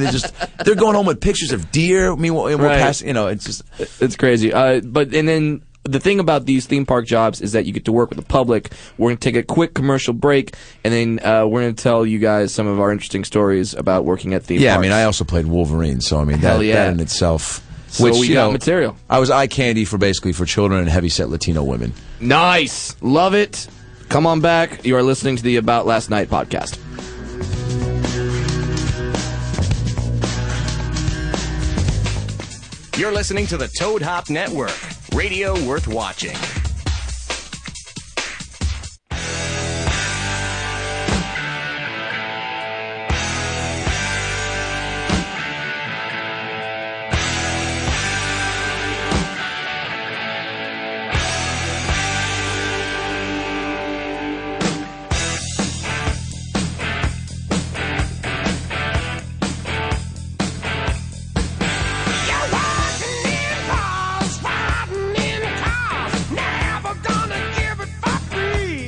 S4: they just they're going home with pictures of deer. Meanwhile, we're
S3: Right.
S4: passing. You know, it's just
S3: It's crazy. Uh, but and then the thing about these theme park jobs is that you get to work with the public. We're gonna take a quick commercial break, and then uh, we're gonna tell you guys some of our interesting stories about working at theme
S4: yeah. I
S3: parks.
S4: mean, I also played Wolverine, so I mean
S3: Hell
S4: that,
S3: yeah.
S4: that in itself.
S3: So
S4: which
S3: we
S4: you
S3: got
S4: know,
S3: material.
S4: I was eye candy for basically for children and heavyset Latino women.
S3: nice, love it. Come on back. You are listening to the About Last Night podcast.
S2: You're listening to the Toad Hop Network, radio worth watching.
S6: You're working in bars, riding in cars, never gonna give it for free.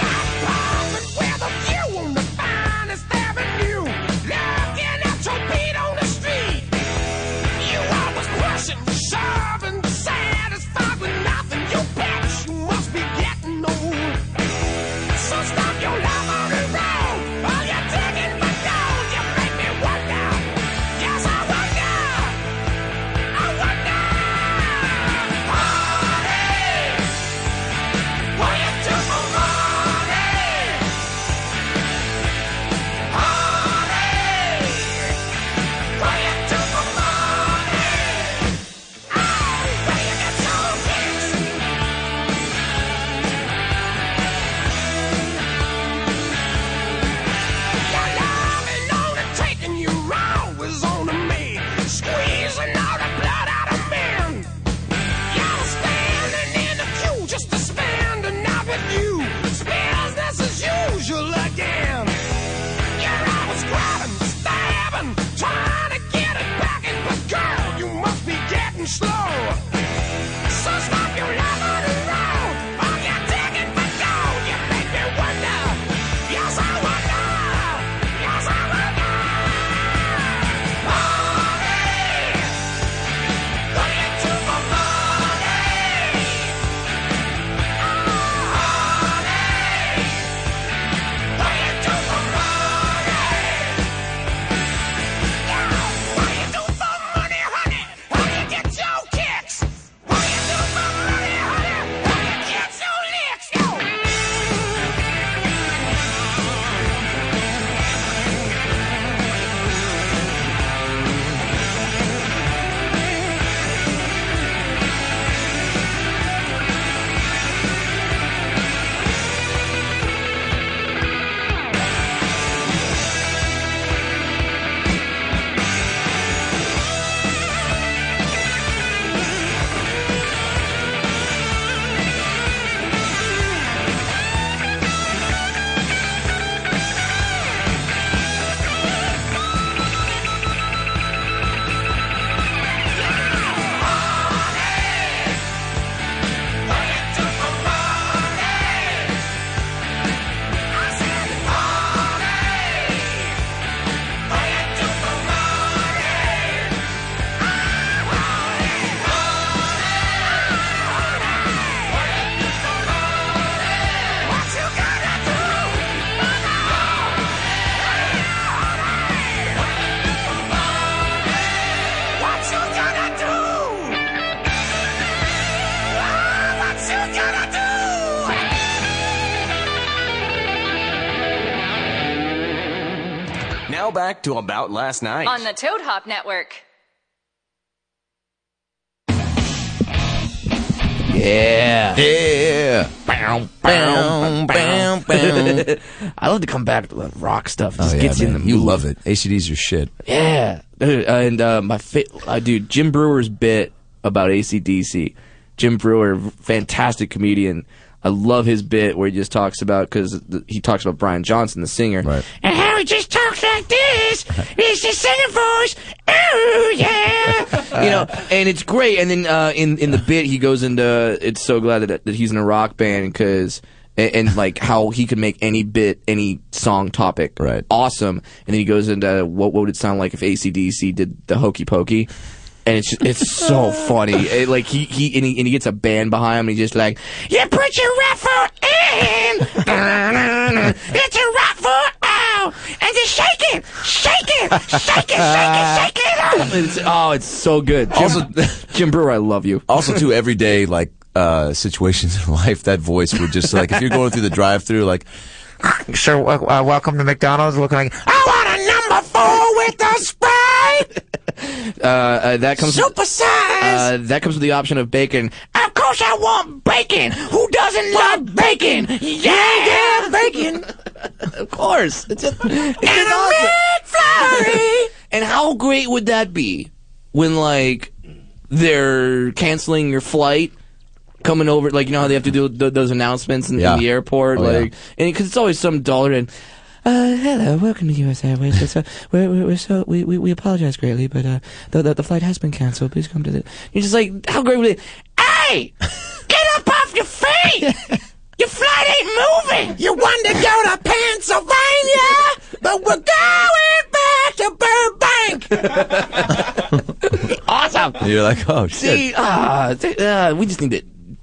S6: You're popping with a view on the finest avenue, looking at your feet on the street. You always question, serving, satisfied with nothing. You bet you must be getting old. So stop your love on the road. All you're taking my gold, you make me wonder. Yes, I wonder. I wonder, honey, what you do for money? Honey, what you do for money? Oh, where you get your kicks? Your loving on and taking you always on to me, squeezing all the blood out of me. You're standing in the queue just to spend the night with you. It's business as usual again. You're always grabbing, stabbing, trying to get it back in, but girl, you must be getting slow. So stop your love on the road. All you're taking for gold, you make me wonder. Yes, I wonder. Yes, I wonder. Honey, what you do for money? Oh, honey, what you do for money? What you do for money, honey? How you get your kicks? What you do for money, honey? How you get your licks? What you do for money? I said, honey, what you do for money? What you gonna do? What you gonna do? What you gonna do?
S2: Now back to About Last Night.
S1: on the Toad Hop Network.
S3: Yeah.
S4: Yeah.
S3: Bow, bow, bow, bow. I love to come back to the rock stuff. It Just gets you in the
S4: Oh, You
S3: mood.
S4: love it. ACD's your shit.
S3: Yeah. Dude, and uh, my fa- uh, dude, Jim Brewer's bit about ACDC. Jim Brewer, fantastic comedian. I love his bit where he just talks about because he talks about Brian Johnson, the singer,
S4: Right.
S3: and how he just talks like this. He's the singing voice. Oh yeah, you know, and it's great. And then uh, in in the bit, he goes into it's so glad that that he's in a rock band because. And, and like how he could make any bit, any song topic,
S4: Right.
S3: awesome. And then he goes into what, what would it sound like if ACDC did the hokey pokey. And it's it's so funny. It, like he he and, he and he gets a band behind him. and He's just like, you put your raffle in, it's a raffle out, and just shake it, shake it, shake it, shake it, shake it. It's, oh, it's so good. Jim,
S4: Also-
S3: Jim Brewer, I love you.
S4: also too everyday like uh situations in life that voice would just like if you're going through the drive-through like
S6: So, uh, uh, welcome to McDonald's. Looking like I want a number four with a sprite,
S3: Uh, uh, that comes
S6: super size.
S3: uh, that comes with the option of bacon. Of course, I want bacon. Who doesn't love bacon? Yeah, yeah, bacon. of course, it's, a, it's an awesome. and how great would that be when like they're canceling your flight? Coming over, like you know how they have to do th- those announcements in, in
S4: Yeah.
S3: the airport,
S4: Oh,
S3: like, and because it's always some dollar and. Uh, hello, welcome to U.S. Airways. It's, uh, we're, we're, we're so we, we, we apologize greatly, but uh, the, the the flight has been canceled. Please come to the. You're just like, how great would it? Hey, get up off your feet! Your flight ain't moving. You want to go to Pennsylvania, but we're going back to Burbank. awesome.
S4: you're like oh shit
S3: See, ah, th- uh, we just need to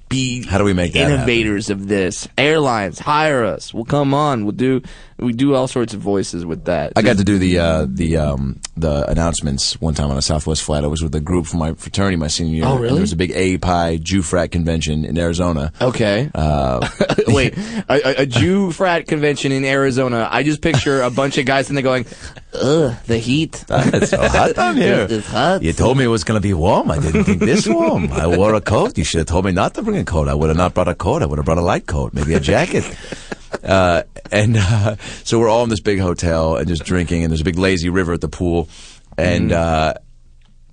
S3: be
S4: How do we make that happen?
S3: innovators of this. Airlines hire us. We'll come on. We'll do we do all sorts of voices with that.
S4: I got to do the uh, the um, the announcements one time on a Southwest flight. I was with a group from my fraternity my senior year.
S3: Oh,
S4: and
S3: really?
S4: There was a big A Pi Jew frat convention in Arizona.
S3: okay.
S4: Uh,
S3: Wait, a, a- a Jew frat convention in Arizona. I just picture a bunch of guys in there going, "Ugh, the heat."
S4: it's so hot down here.
S3: It's hot.
S4: You told me it was going to be warm. I didn't think this warm. I wore a coat. You should have told me not to bring a coat. I would have not brought a coat. I would have brought a light coat, maybe a jacket. Uh, and uh, so we're all in this big hotel and just drinking, and there's a big lazy river at the pool, and
S3: Mm-hmm.
S4: uh,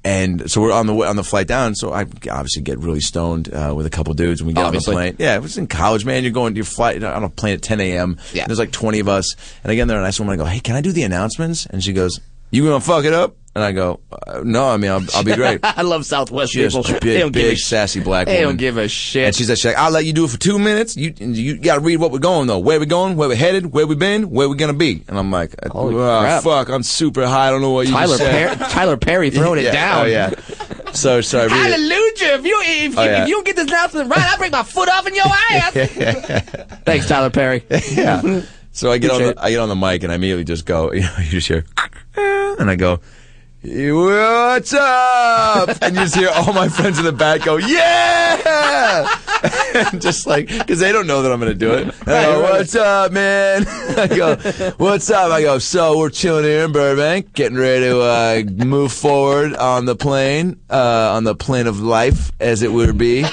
S4: and so we're on the way, on the flight down. So I obviously get really stoned uh, with a couple dudes when we get
S3: Obviously.
S4: on the plane. Yeah, it was in college, man. You're going to your flight on a plane at 10 a.m.
S3: Yeah.
S4: There's like 20 of us, and I get in there and I just want to go, hey, can I do the announcements? And she goes, you gonna fuck it up? And I go, uh, no, I mean, I'll, I'll be great.
S3: I love Southwest
S4: She is
S3: people.
S4: a
S3: they
S4: big,
S3: don't give a
S4: big,
S3: sh-
S4: sassy black
S3: They
S4: woman.
S3: don't give a shit.
S4: And she's like, she's like, I'll let you do it for two minutes. You you got to read what we're going though. Where we going? Where we headed? Where we been? Where we gonna be? And I'm like,
S3: Holy
S4: "Ah,
S3: crap.
S4: fuck, I'm super high. I don't know what you
S3: Tyler,
S4: just said.
S3: per- Tyler Perry throwing
S4: Yeah,
S3: it down.
S4: Oh yeah. So so I read it.
S3: Hallelujah! If you if,
S4: Oh,
S3: if,
S4: yeah.
S3: if you don't get this announcement right, I'll break my foot off in your ass. Thanks, Tyler Perry.
S4: Yeah. So I get on
S3: Appreciate
S4: the, I get on the mic and I immediately just go, you know, you just hear, and I go, what's up? And you just hear all my friends in the back go, yeah! And just like, because they don't know that I'm going to do it. And I go, what's up, man? I go, what's up? I go, so we're chilling here in Burbank, getting ready to uh, move forward on the plane, uh, on the plane of life as it would be.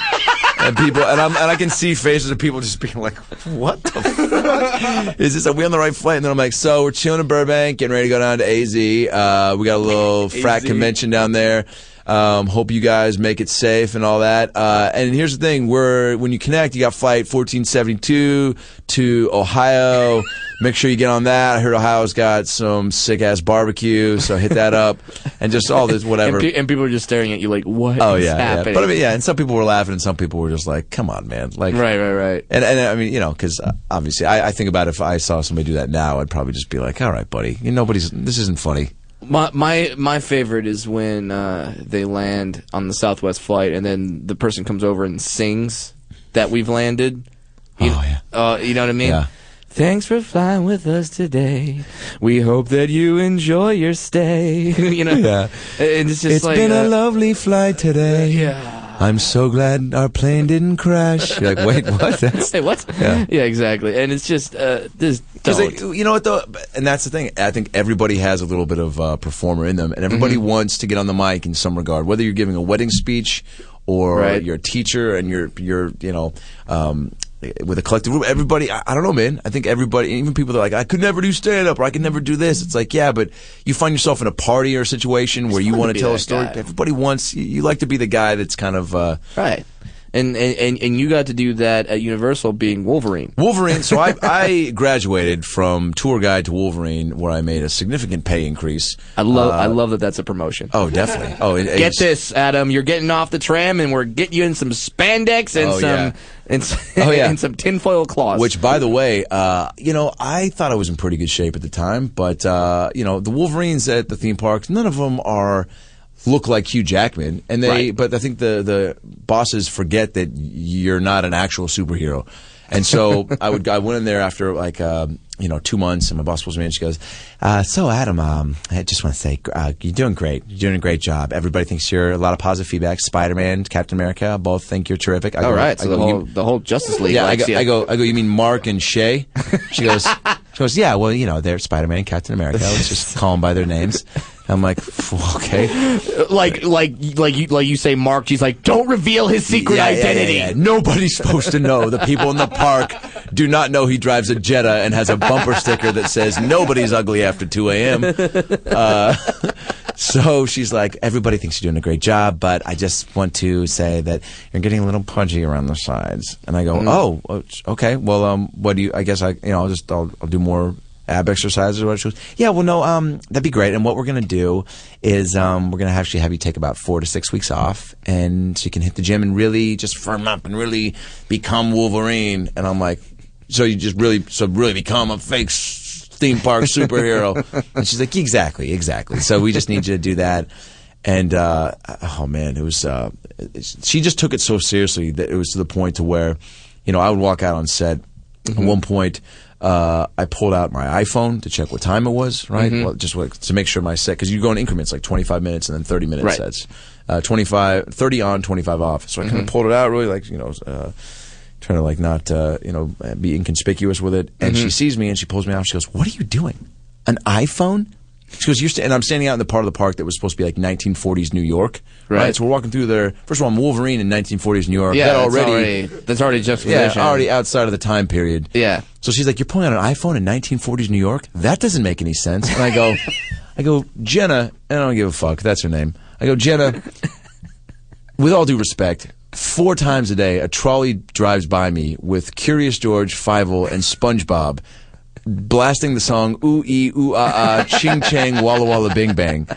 S4: And people, and I'm, and I can see faces of people just being like, "What the fuck is this? Are we on the right flight?" And then I'm like, "So we're chilling in Burbank, getting ready to go down to AZ. Uh, we got a little frat convention down there. Um, hope you guys make it safe and all that. Uh, and here's the thing: we're when you connect, you got flight 1472 to Ohio. Make sure you get on that. I heard Ohio's got some sick ass barbecue, so hit that up and just all this whatever."
S3: And, pe- and people are just staring at you like, what is
S4: Oh yeah, yeah.
S3: happening?
S4: but I mean, yeah, and some people were laughing, and some people were just like, "Come on, man!" Like,
S3: right, right, right.
S4: and, and I mean, you know, because uh, obviously, I, I think about if I saw somebody do that now, I'd probably just be like, "All right, buddy, you nobody's. This isn't funny."
S3: My my my favorite is when uh, they land on the Southwest flight, and then the person comes over and sings that we've landed. You,
S4: Oh, yeah.
S3: uh, you know what I mean.
S4: Yeah.
S3: Thanks for flying with us today. We hope that you enjoy your stay. you know,
S4: Yeah.
S3: and it's just
S4: It's
S3: like
S4: been
S3: uh,
S4: a lovely flight today.
S3: Yeah.
S4: I'm so glad our plane didn't crash. You're like, wait, what? That's
S3: Say what?
S4: Yeah.
S3: exactly. And it's just uh, this.
S4: Because
S3: Don't.
S4: you know what though, and that's the thing. I think everybody has a little bit of uh, performer in them, and everybody wants to get on the mic in some regard. Whether you're giving a wedding speech, or
S3: Right.
S4: you're a teacher, and you're you're you know. Um, with a collective room, everybody, I, I don't know, man. I think everybody, even people that are like, I could never do stand up or I could never do this. It's like, yeah, but you find yourself in a party or a situation where you
S3: fun to
S4: want
S3: be
S4: to tell a
S3: that
S4: story.
S3: guy.
S4: Everybody wants, you, you like to be the guy that's kind of, uh,
S3: right. and, and, and, and you got to do that at Universal being Wolverine.
S4: Wolverine. So I, I graduated from tour guide to Wolverine, where I made a significant pay increase.
S3: I love
S4: Uh,
S3: I love that that's a promotion.
S4: Oh, definitely. Oh, it,
S3: Get
S4: it's-
S3: this, Adam. You're getting off the tram, and we're getting you in some spandex and
S4: Oh,
S3: some
S4: yeah.
S3: and, s-
S4: Oh, yeah.
S3: and some tinfoil cloths.
S4: Which, by the way, uh, you know, I thought I was in pretty good shape at the time, but uh, you know, the Wolverines at the theme parks, none of them are look like Hugh Jackman, and they.
S3: Right.
S4: But I think the the bosses forget that you're not an actual superhero, and so I would I went in there after like. Um, you know, two months, and my boss pulls me in. She goes, uh, "So, Adam, um, I just want to say uh, you're doing great. You're doing a great job. Everybody thinks you're a lot of positive feedback. Spider-Man, Captain America, both think you're terrific. I
S3: all
S4: go-
S3: right,
S4: I
S3: so the
S4: go, "You-
S3: whole the whole Justice League.
S4: yeah, I
S3: likes
S4: go,
S3: you.
S4: I go. I go. You mean Mark and Shay? She goes. She goes. Yeah. Well, you know, they're Spider Man and Captain America. Let's just call them by their names. I'm like, okay.
S3: Uh, like like like you like you say, Mark. She's like, don't reveal his secret
S4: Yeah, yeah, yeah,
S3: identity.
S4: yeah. Nobody's supposed to know. The people in the park do not know he drives a Jetta and has a bumper sticker that says "Nobody's ugly after 2 a.m." Uh, so she's like, "Everybody thinks you're doing a great job, but I just want to say that you're getting a little pudgy around the sides." And I go, "Oh, well, sh- okay. Well, um, what do you? I guess I, you know, I'll just I'll, I'll do more." Ab exercises, or what she goes, yeah. Well, no, um, that'd be great. And what we're gonna do is, um, we're gonna actually have you take about four to six weeks off, and so you can hit the gym and really just firm up and really become Wolverine. And I'm like, so you just really, so really become a fake s- theme park superhero. and she's like, exactly, exactly. So we just need you to do that. And uh, oh man, it was. Uh, she just took it so seriously that it was to the point to where, you know, I would walk out on set. At one point, uh, I pulled out my iPhone to check what time it was. Right, well, just like, to make sure my set because you go in increments like 25 minutes and then 30 minute
S3: Right.
S4: sets. Uh, 25, 30 on, 25 off. So I kind of pulled it out really like you know. Uh, Trying to like not uh, you know be inconspicuous with it, and
S3: Mm-hmm.
S4: she sees me and she pulls me out. She goes, "What are you doing? An iPhone?" She goes, you're sta-" and I'm standing out in the part of the park that was supposed to be like 1940s New York, right?
S3: Right.
S4: So we're walking through there. First of all, I'm Wolverine in 1940s New York.
S3: Yeah,
S4: that
S3: that's
S4: already,
S3: already that's already
S4: yeah,
S3: juxtaposition.
S4: already outside of the time period.
S3: Yeah.
S4: So she's like, you're pulling out an iPhone in 1940s New York? That doesn't make any sense. And I go, I go, Jenna, and I don't give a fuck. That's her name. I go, Jenna. with all due respect. Four times a day, a trolley drives by me with Curious George, Fievel, and SpongeBob blasting the song Ooh ee ooh ah ah ching chang walla walla bing bang.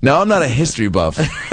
S4: Now I'm not a history buff,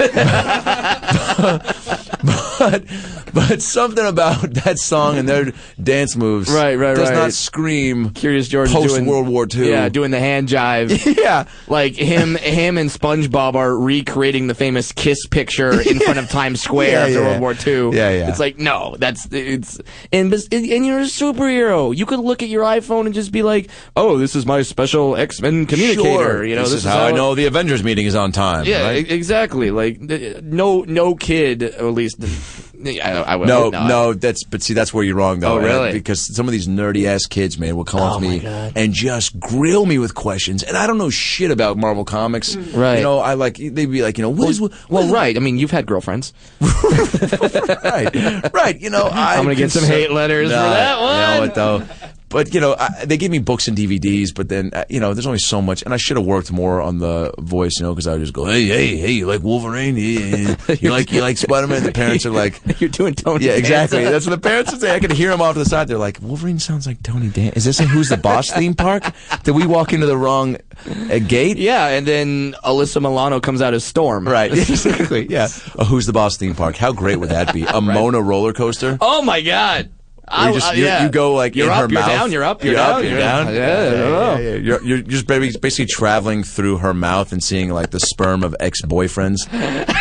S4: but but something about that song and their dance moves
S3: Right, right,
S4: does
S3: right.
S4: not scream
S3: Curious George
S4: post
S3: doing
S4: World War II.
S3: Yeah, doing the hand jive.
S4: yeah.
S3: Like him, him and SpongeBob are recreating the famous kiss picture in front of Times Square
S4: Yeah,
S3: after World
S4: yeah.
S3: War II.
S4: Yeah, yeah.
S3: It's like no, that's it's and bes- and you're a superhero. You could look at your iPhone and just be like, oh, this is my special X Men communicator.
S4: Sure.
S3: You know,
S4: this, is how, I know the Avengers meeting is on time.
S3: Yeah,
S4: right?
S3: e- exactly. Like th- no, no kid, or at least I, I, I would
S4: No,
S3: hope not.
S4: no, that's but see, that's where you're wrong though.
S3: Oh, really? Oh,
S4: And- Because some of these nerdy ass kids, man, will come up to me and just grill me with questions, and I don't know shit about Marvel comics.
S3: Mm. Right.
S4: You know, I like they'd be like, you know, what is what
S3: Well,
S4: is-
S3: right. I mean, you've had girlfriends.
S4: right, right. You know, I
S3: I'm gonna get some hate letters for that
S4: You know
S3: one.
S4: what though? But you know, I, they gave me books and DVDs, but then uh, you know, there's only so much, and I should have worked more on the voice, you know, because I would just go, hey, hey, hey, you like Wolverine? Yeah, yeah. You like you like Spider Man? The parents are like.
S3: You're doing Tony.
S4: Yeah,
S3: Danza.
S4: exactly. That's what the parents would say. I could hear them off to the side. They're like, Wolverine sounds like Tony Dan. Is this a Who's the Boss theme park? Did we walk into the wrong uh, gate?
S3: Yeah, and then Alyssa Milano comes out as Storm.
S4: Right. Exactly. Yeah. A Who's the Boss theme park. How great would that be? A Mona roller coaster?
S3: Oh my God.
S4: Where you, just, you- you go like
S3: you're
S4: in
S3: up,
S4: her
S3: you're
S4: mouth.
S3: down, you're up, you're,
S4: You're
S3: down,
S4: you're down.
S3: Yeah, yeah, yeah.
S4: yeah. You're, you're just ba- basically traveling through her mouth and seeing like the sperm of ex boyfriends.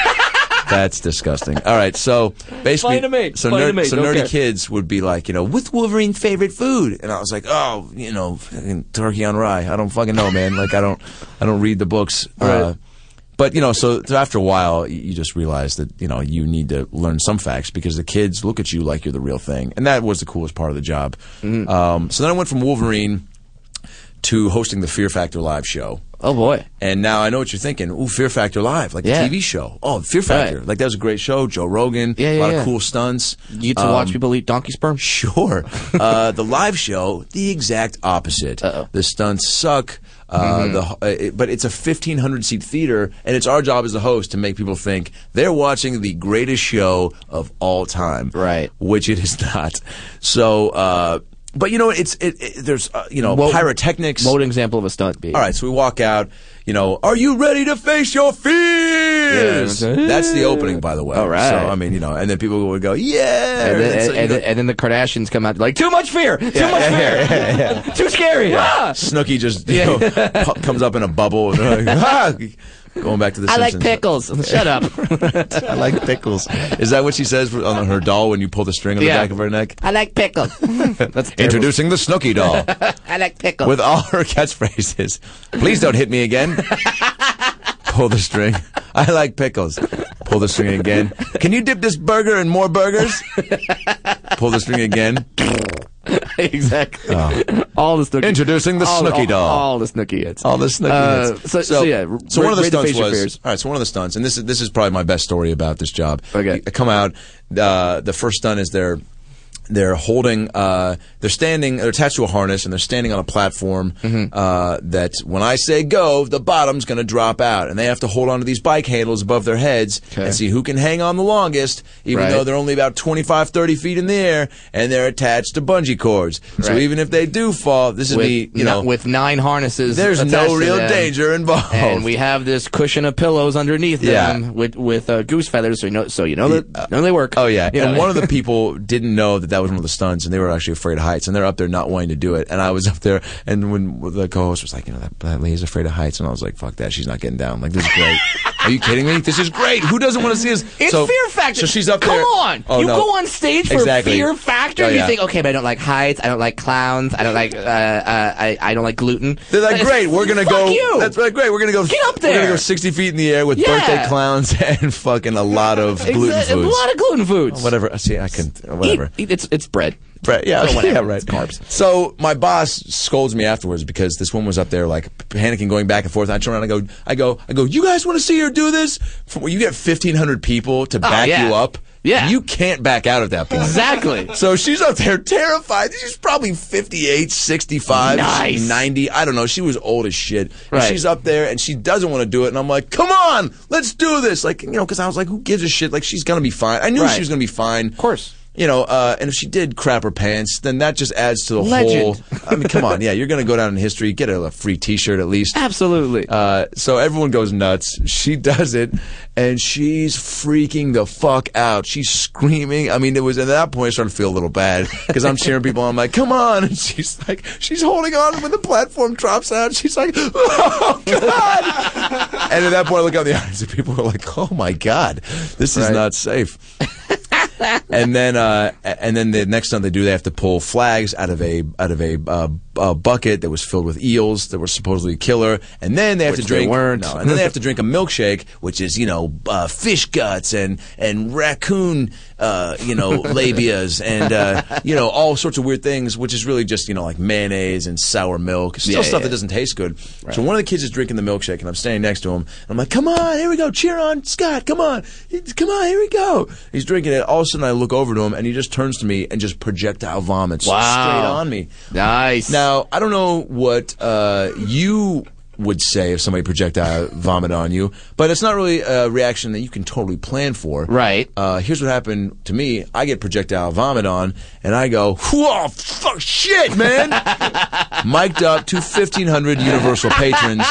S4: That's disgusting. All right, so basically,
S3: Fine to me.
S4: so,
S3: Fine
S4: ner-
S3: to me.
S4: so
S3: Don't
S4: nerdy
S3: care.
S4: kids would be like, you know, what's Wolverine's favorite food? And I was like, oh, you know, fucking turkey on rye. I don't fucking know, man. Like, I don't, I don't read the books. Uh, but you know, so, so after a while, you you just realize that you know you need to learn some facts because the kids look at you like you're the real thing, and that was the coolest part of the job.
S3: Mm-hmm.
S4: Um, so then I went from Wolverine to hosting the Fear Factor live show.
S3: Oh boy.
S4: And now I know what you're thinking. Ooh, Fear Factor Live, like
S3: Yeah.
S4: a TV show. Oh, Fear Factor.
S3: Right.
S4: Like, that was a great show. Joe Rogan,
S3: Yeah, yeah,
S4: a lot
S3: yeah.
S4: of cool stunts.
S3: You get to
S4: Um,
S3: watch people eat donkey sperm.
S4: Sure. uh, the live show, the exact opposite.
S3: Uh-oh. Mm-hmm.
S4: The stunts suck. Uh, the ho- uh, it- but it's a 1500 seat theater, and it's our job as the host to make people think they're watching the greatest show of all time,
S3: Right.
S4: Which it is not. So, uh, but you know, it's it, it, there's uh, you know
S3: What-
S4: pyrotechnics.
S3: What would an example of a stunt be?
S4: All right, so we walk out. You know, are you ready to face your fears?
S3: Yeah.
S4: That's the opening, by the way.
S3: All right.
S4: So I mean, you know, and then people would go, yeah.
S3: And then,
S4: And so,
S3: and,
S4: you know,
S3: then, and then the Kardashians come out like too much fear, too much fear, too scary. Ah!
S4: Snooky just you know, pu- comes up in a bubble. and they're like, "Ah!" Going back to the
S3: I like
S4: Simpsons.
S3: pickles. Shut up.
S4: I like pickles. Is that what she says for- on her doll when you pull the string on
S3: Yeah.
S4: the back of her neck?
S3: I like pickles. That's terrible.
S4: Introducing the Snooky doll
S3: I like pickles.
S4: with all her catchphrases. Please don't hit me again. Pull the string. I like pickles. Pull the string again. Can you dip this burger in more burgers? Pull the string again.
S3: exactly. Oh. All the Snooki.
S4: Introducing the
S3: all,
S4: Snooki
S3: all-
S4: doll.
S3: All the Snooki hits.
S4: All the Snooki
S3: Uh,
S4: hits.
S3: So, so, yeah.
S4: so
S3: ra-
S4: one of the
S3: rate
S4: stunts
S3: facial
S4: was
S3: fears.
S4: all right. So one of the stunts, and this is this is probably my best story about this job.
S3: Okay.
S4: I come out. Uh, the first stunt is they're they're holding uh, they're standing they're attached to a harness and they're standing on a platform
S3: Mm-hmm.
S4: uh, that when I say go, the bottom's going to drop out, and they have to hold onto these bike handles above their heads
S3: Okay.
S4: and see who can hang on the longest, even
S3: Right.
S4: though they're only about 25, 30 feet in the air, and they're attached to bungee cords. So
S3: Right.
S4: even if they do fall, this is
S3: with,
S4: me, you know,
S3: no- with nine harnesses.
S4: there's
S3: attached
S4: no
S3: to
S4: real
S3: them.
S4: danger involved.
S3: And we have this cushion of pillows underneath
S4: Yeah.
S3: them with with uh, goose feathers, so you know, so you know that know they work.
S4: Oh yeah,
S3: You
S4: and
S3: know.
S4: one of the people didn't know that that was one of the stunts, and they were actually afraid of heights, and they're up there not wanting to do it. And I was up there, and when the co-host was like, you know, that, that lady's afraid of heights, and I was like, fuck that, she's not getting down. Like this is great. Are you kidding me? This is great. Who doesn't want to see us?
S3: It's
S4: So-
S3: fear factor.
S4: So she's up there.
S3: Come on,
S4: Oh,
S3: you
S4: no.
S3: go on stage for
S4: Exactly.
S3: fear factor.
S4: Oh,
S3: and
S4: yeah.
S3: You think, okay, but I don't like heights. I don't like clowns. I don't like uh, uh, I, I don't like gluten.
S4: They're like,
S3: It's-
S4: great, we're gonna
S3: Fuck
S4: go.
S3: You.
S4: That's right, great, we're gonna go.
S3: Get up
S4: We're gonna
S3: there.
S4: go sixty feet in the air with
S3: Yeah.
S4: birthday clowns and fucking a lot of
S3: Exa-
S4: gluten
S3: A
S4: foods. Oh,
S3: lot of gluten foods.
S4: whatever. See, I can.
S3: Eat-
S4: Whatever.
S3: eat- it's it's bread.
S4: Right. Yeah.
S3: Or whatever.
S4: Yeah. Right. Carbs. So my boss scolds me afterwards because this woman was up there like panicking, going back and forth. I turn around, and I go, I go, I go. You guys want to see her do this? F- You get fifteen hundred people to back
S3: Oh, yeah.
S4: you up.
S3: Yeah.
S4: You can't back out at that point.
S3: Exactly.
S4: So she's up there terrified. She's probably 58, 65,
S3: Nice.
S4: 90. I don't know. She was old as shit. And
S3: Right.
S4: she's up there and she doesn't want to do it. And I'm like, come on, let's do this. Like, you know, because I was like, who gives a shit? Like, she's going to be fine. I knew
S3: Right.
S4: she was going to be fine. Of
S3: course.
S4: You know, uh, and if she did crap her pants, then that just adds to the
S3: Legend.
S4: whole. I mean, come on. Yeah, you're going to go down in history. Get a, a free t shirt at least.
S3: Absolutely.
S4: Uh, so everyone goes nuts. She does it, and she's freaking the fuck out. She's screaming. I mean, it was at that point I started to feel a little bad because I'm cheering people. on. I'm like, "Come on!" And she's like, she's holding on. And when the platform drops out, she's like, "Oh god!" and at that point, I look out in the audience, and people were like, "Oh my god, this is
S3: Right.
S4: not safe." and then uh, and then the next time they do, they have to pull flags out of a out of a, uh, a bucket that was filled with eels that were supposedly killer, and then they have
S3: Which
S4: to
S3: they
S4: drink.
S3: weren't.
S4: No, and then they have to drink a milkshake, which is you know uh, fish guts and and raccoon uh, you know labias and uh, you know all sorts of weird things, which is really just you know like mayonnaise and sour milk, still
S3: Yeah,
S4: stuff
S3: yeah.
S4: that doesn't taste good. So one of the kids is drinking the milkshake, and I'm standing next to him, and I'm like, "Come on, here we go, cheer on Scott, come on, It's- come on, here we go." He's drinking it. All of a sudden, I look over to him, and he just turns to me and just projectile vomits straight on me.
S3: nice.
S4: Now, I don't know what uh, you would say if somebody projectile vomit on you, but it's not really a reaction that you can totally plan for.
S3: Right.
S4: Uh, here's what happened to me. I get projectile vomit on, and I go, whoa, fuck shit, man. Mic'd up to 1,500 Universal patrons,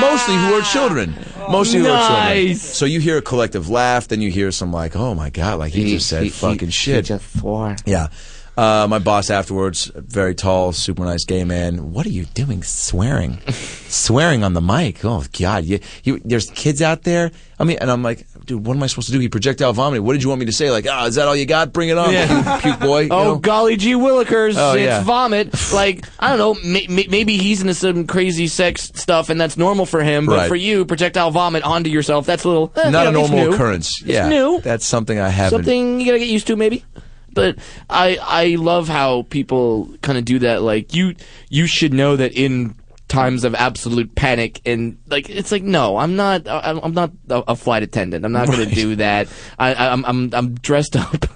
S4: mostly who are children. Mostly who are children.
S3: Nice.
S4: So you hear a collective laugh, then you hear some like, oh my God, like he, just said fucking shit.
S3: He just swore.
S4: Yeah. Uh, my boss afterwards, very tall, super nice gay man. What are you doing swearing? swearing on the mic. Oh, God. You, you, there's kids out there. I mean, and I'm like, dude, what am I supposed to do? He projectile vomited. What did you want me to say? Like, ah, is that all you got? Bring it on, puke, puke boy. you
S3: Oh
S4: know?
S3: golly gee willikers!
S4: Oh,
S3: it's
S4: yeah.
S3: vomit. Like I don't know, may, may, maybe he's into some crazy sex stuff, and that's normal for him. But
S4: Right.
S3: for you, projectile vomit onto yourself, that's a little eh,
S4: Not
S3: you
S4: a
S3: know, it's
S4: normal
S3: new.
S4: occurrence. yeah.
S3: new.
S4: That's something I haven't.
S3: Something you gotta get used to, maybe. But I I love how people kind of do that. Like you you should know that in times of absolute panic and like it's like no i'm not I- i'm I'm not a, a flight attendant i'm not gonna do that i I- i'm i'm, I'm dressed up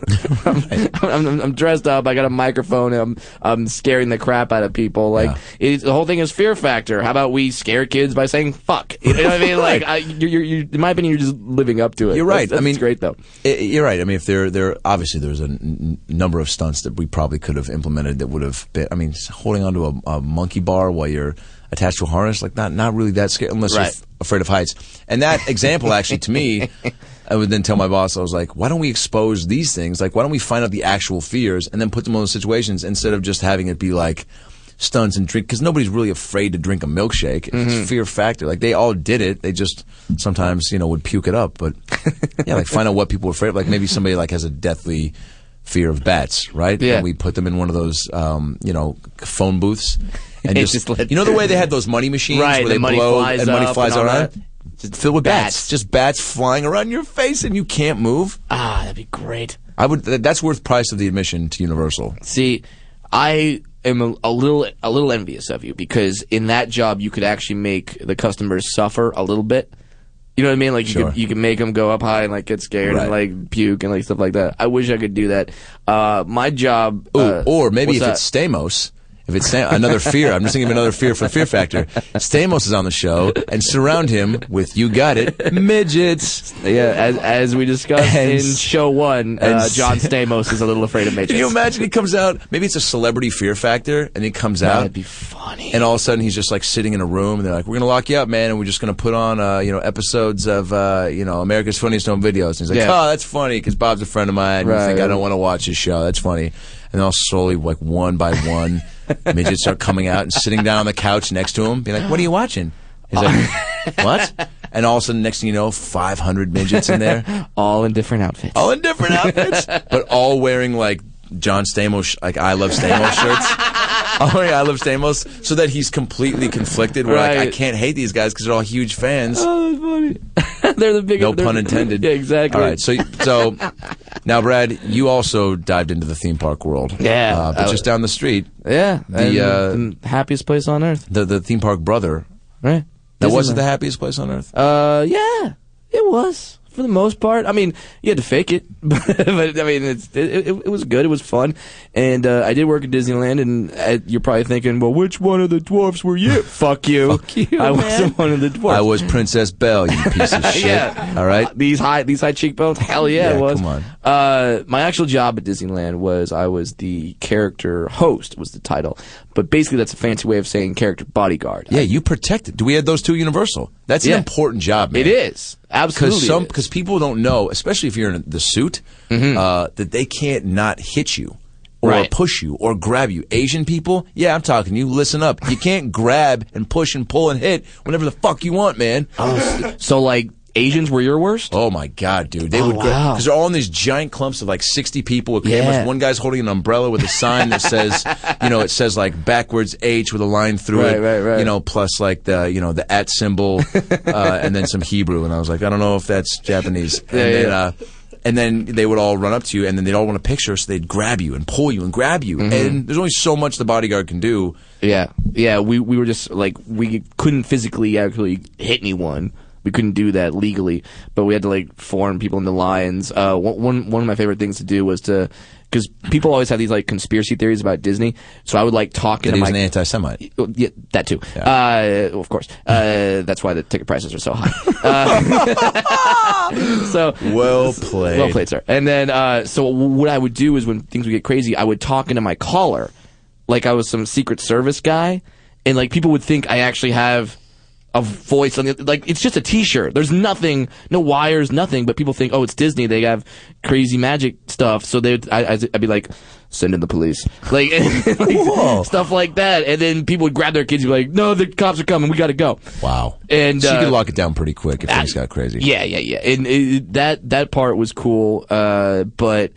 S3: I'm, I'm, I'm dressed up. I got a microphone. And I'm I'm scaring the crap out of people. Like it, the whole thing is fear factor. How about we scare kids by saying fuck? You know what I mean? Like I, you you you in my opinion, you're just living up to it.
S4: You're
S3: That's-
S4: right. I
S3: That's,
S4: mean-
S3: great though.
S4: I- You're right. I mean, if there, there obviously there's a n- n- number of stunts that we probably could have implemented that would have been. I mean, s- holding onto a, a monkey bar while you're attached to a harness, like not not really that scary unless you're
S3: Right.
S4: f- afraid of heights. And that example, actually, to me, I would then tell my boss, I was like, why don't we expose these things? Like, why don't we find out the actual fears and then put them on those situations instead of just having it be like stunts and drink because nobody's really afraid to drink a milkshake
S3: Mm-hmm.
S4: it's fear factor like they all did it they just sometimes you know would puke it up but yeah like find out what people are afraid of like maybe somebody like has a deathly fear of bats right
S3: Yeah.
S4: and we put them in one of those um, you know phone booths and
S3: And
S4: just,
S3: just let-
S4: you know the way they had those money machines
S3: Right,
S4: where
S3: the
S4: they
S3: money
S4: blow
S3: flies
S4: and
S3: up
S4: money
S3: and
S4: flies
S3: all
S4: around
S3: that?
S4: just filled with bats.
S3: Bats.
S4: just bats flying around your face and you can't move
S3: Ah, that'd be great.
S4: i would th- that's worth price of the admission to universal
S3: See, I am a, a little a little envious of you because in that job you could actually make the customers suffer a little bit. You know what I mean? Like you
S4: Sure.
S3: could you can make them go up high and like get scared and
S4: Right.
S3: like puke and like stuff like that. I wish I could do that. Uh, my job,
S4: Ooh,
S3: uh,
S4: or maybe
S3: what's
S4: if
S3: that?
S4: it's Stamos, if it's Stam- another fear, I'm just thinking of another fear for Fear Factor. Stamos is on the show, and surround him with you got it midgets.
S3: yeah, as, as we discussed
S4: And
S3: in
S4: s-
S3: show one,
S4: and
S3: uh,
S4: s-
S3: John Stamos is a little afraid of
S4: Can you
S3: midgets.
S4: imagine he comes out? Maybe it's a celebrity Fear Factor, and he comes out.
S3: That'd be funny.
S4: and all of a sudden, he's just like sitting in a room, and they're like, "We're gonna lock you up, man, and we're just gonna put on, uh, you know, episodes of, uh, you know, America's Funniest Home Videos." And he's like,
S3: Yeah.
S4: "Oh, that's funny because Bob's a friend of mine. You
S3: Right.
S4: think I don't want to watch his show? That's funny." And all slowly, like one by one, midgets start coming out and sitting down on the couch next to him, being like, "What are you watching?" He's like, "What?" And all of a sudden, next thing you know, 500 midgets in there,
S3: all in different outfits.
S4: all in different outfits, but all wearing like John Stamos, like I love Stamos shirts. All wearing I love Stamos, so that he's completely conflicted. Where like, I
S3: Right.
S4: can't hate these guys because they're all huge fans.
S3: Oh, that's funny. they're the biggest.
S4: No
S3: they're-
S4: pun intended.
S3: Yeah, exactly.
S4: All right, so so now, Brad, you also dived into the theme park world.
S3: Yeah.
S4: uh, but
S3: I-
S4: just down the street,
S3: yeah, and
S4: uh,
S3: the happiest place on earth,
S4: the the theme park brother.
S3: right?
S4: That
S3: Disneyland.
S4: wasn't the happiest place on earth.
S3: Uh, yeah, it was for the most part. I mean, you had to fake it, but I mean, it's, it, it, it was good. It was fun, and uh, I did work at Disneyland. And uh you're probably thinking, well, which one of the dwarfs were you? Fuck you! Fuck you! I wasn't one of the dwarfs.
S4: I was Princess Belle, you piece of shit.
S3: Yeah.
S4: All right.
S3: These high, these high cheekbones. Hell yeah,
S4: Yeah,
S3: it was.
S4: come on.
S3: Uh, my actual job at Disneyland was I was the character host was the title, but basically that's a fancy way of saying character bodyguard.
S4: Yeah, you protect it. Do we have those two Universal? That's an
S3: Yeah.
S4: important job, man.
S3: It is absolutely
S4: because some
S3: it is. Mm-hmm.
S4: because people don't know, especially if you're in the suit, uh, that they can't not hit you or
S3: Right.
S4: push you or grab you. Asian people, yeah, I'm talking to you. Listen up, you can't grab and push and pull and hit whenever the fuck you want, man.
S3: Oh, So like Asians were your worst?
S4: Oh my god, dude! They would
S3: wow.
S4: because they're all in these giant clumps of like sixty people with cameras.
S3: Yeah.
S4: One guy's holding an umbrella with a sign that says, you know, it says like backwards H with a line through
S3: Right,
S4: it,
S3: right, right.
S4: You know, plus like the you know the at symbol, uh, and then some Hebrew. And I was like, I don't know if that's Japanese. And
S3: Yeah,
S4: then,
S3: yeah.
S4: Uh, and then they would all run up to you, and then they'd all want a picture, so they'd grab you and pull you and grab you.
S3: Mm-hmm.
S4: And there's only so much the bodyguard can do.
S3: Yeah, yeah. We we were just like we couldn't physically actually hit anyone. We couldn't do that legally, but we had to like form people into lions. Uh, one one one of my favorite things to do was to because people always have these like conspiracy theories about Disney. So I would like talk
S4: That
S3: into
S4: he was
S3: my
S4: an anti-Semite.
S3: Oh, yeah, that too. Uh, of course. Uh, that's why the ticket prices are so high. Uh, so
S4: Well played.
S3: well played, sir. And then, uh, so what I would do is when things would get crazy, I would talk into my collar, like I was some Secret Service guy, and like people would think I actually have a voice on the like it's just a T-shirt. There's nothing, no wires, nothing. But people think, oh, it's Disney. They have crazy magic stuff. So they, would- I, I'd I'd be like, send in the police, like, like stuff like that. And then people would grab their kids and be like, no, the cops are coming. We got to go.
S4: Wow.
S3: And,
S4: so you
S3: uh,
S4: could lock it down pretty quick if things got crazy.
S3: Yeah, yeah, yeah. And it, that that part was cool, uh, but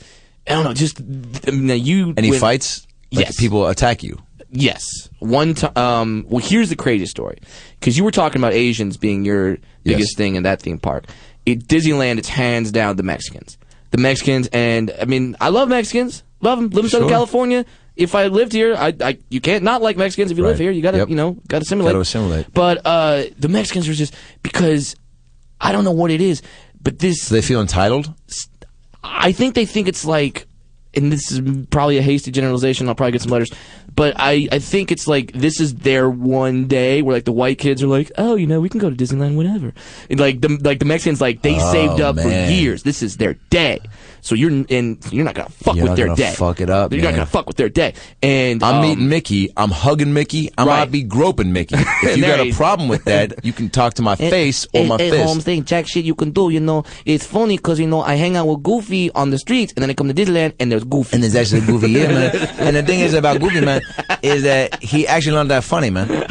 S3: I don't know. Just I mean, now you
S4: Any
S3: when-
S4: fights? Like
S3: Yes.
S4: People attack you.
S3: Yes, one time. Um, well, here's the crazy story because you were talking about Asians being your biggest thing in that theme park. At Disneyland, it's hands down the Mexicans. The Mexicans, and I mean, I love Mexicans. Love them. Live in Southern
S4: Sure.
S3: California. If I lived here, I, I you can't not like Mexicans if you live
S4: Right.
S3: here. You gotta
S4: Yep.
S3: you know gotta assimilate.
S4: Gotta assimilate.
S3: But uh, the Mexicans were just because I don't know what it is, but this
S4: Do they feel entitled?
S3: I think they think it's like and this is probably a hasty generalization. I'll probably get some letters, but I, I think it's like this is their one day where like the white kids are like, oh, you know, we can go to Disneyland whenever. And like the like the Mexicans like they saved up
S4: Oh, man.
S3: for years. This is their day. So you're and you're not gonna fuck
S4: You're
S3: with
S4: not
S3: their
S4: gonna
S3: day.
S4: fuck it up,
S3: You're
S4: man.
S3: not gonna fuck with their day. And
S4: I'm
S3: um,
S4: meeting Mickey. I'm hugging Mickey. I
S3: Right.
S4: might be groping Mickey. If you
S3: There
S4: got a
S3: he is.
S4: problem with that, you can talk to my face or
S3: it,
S4: my
S3: it,
S4: fist.
S3: Home thing, jack shit you can do. You know, it's funny because you know I hang out with Goofy on the streets, and then I come to Disneyland, and there's Goofy.
S4: And it's actually Goofy, yeah, man. And the thing is about Goofy, man, is that he actually not that funny, man.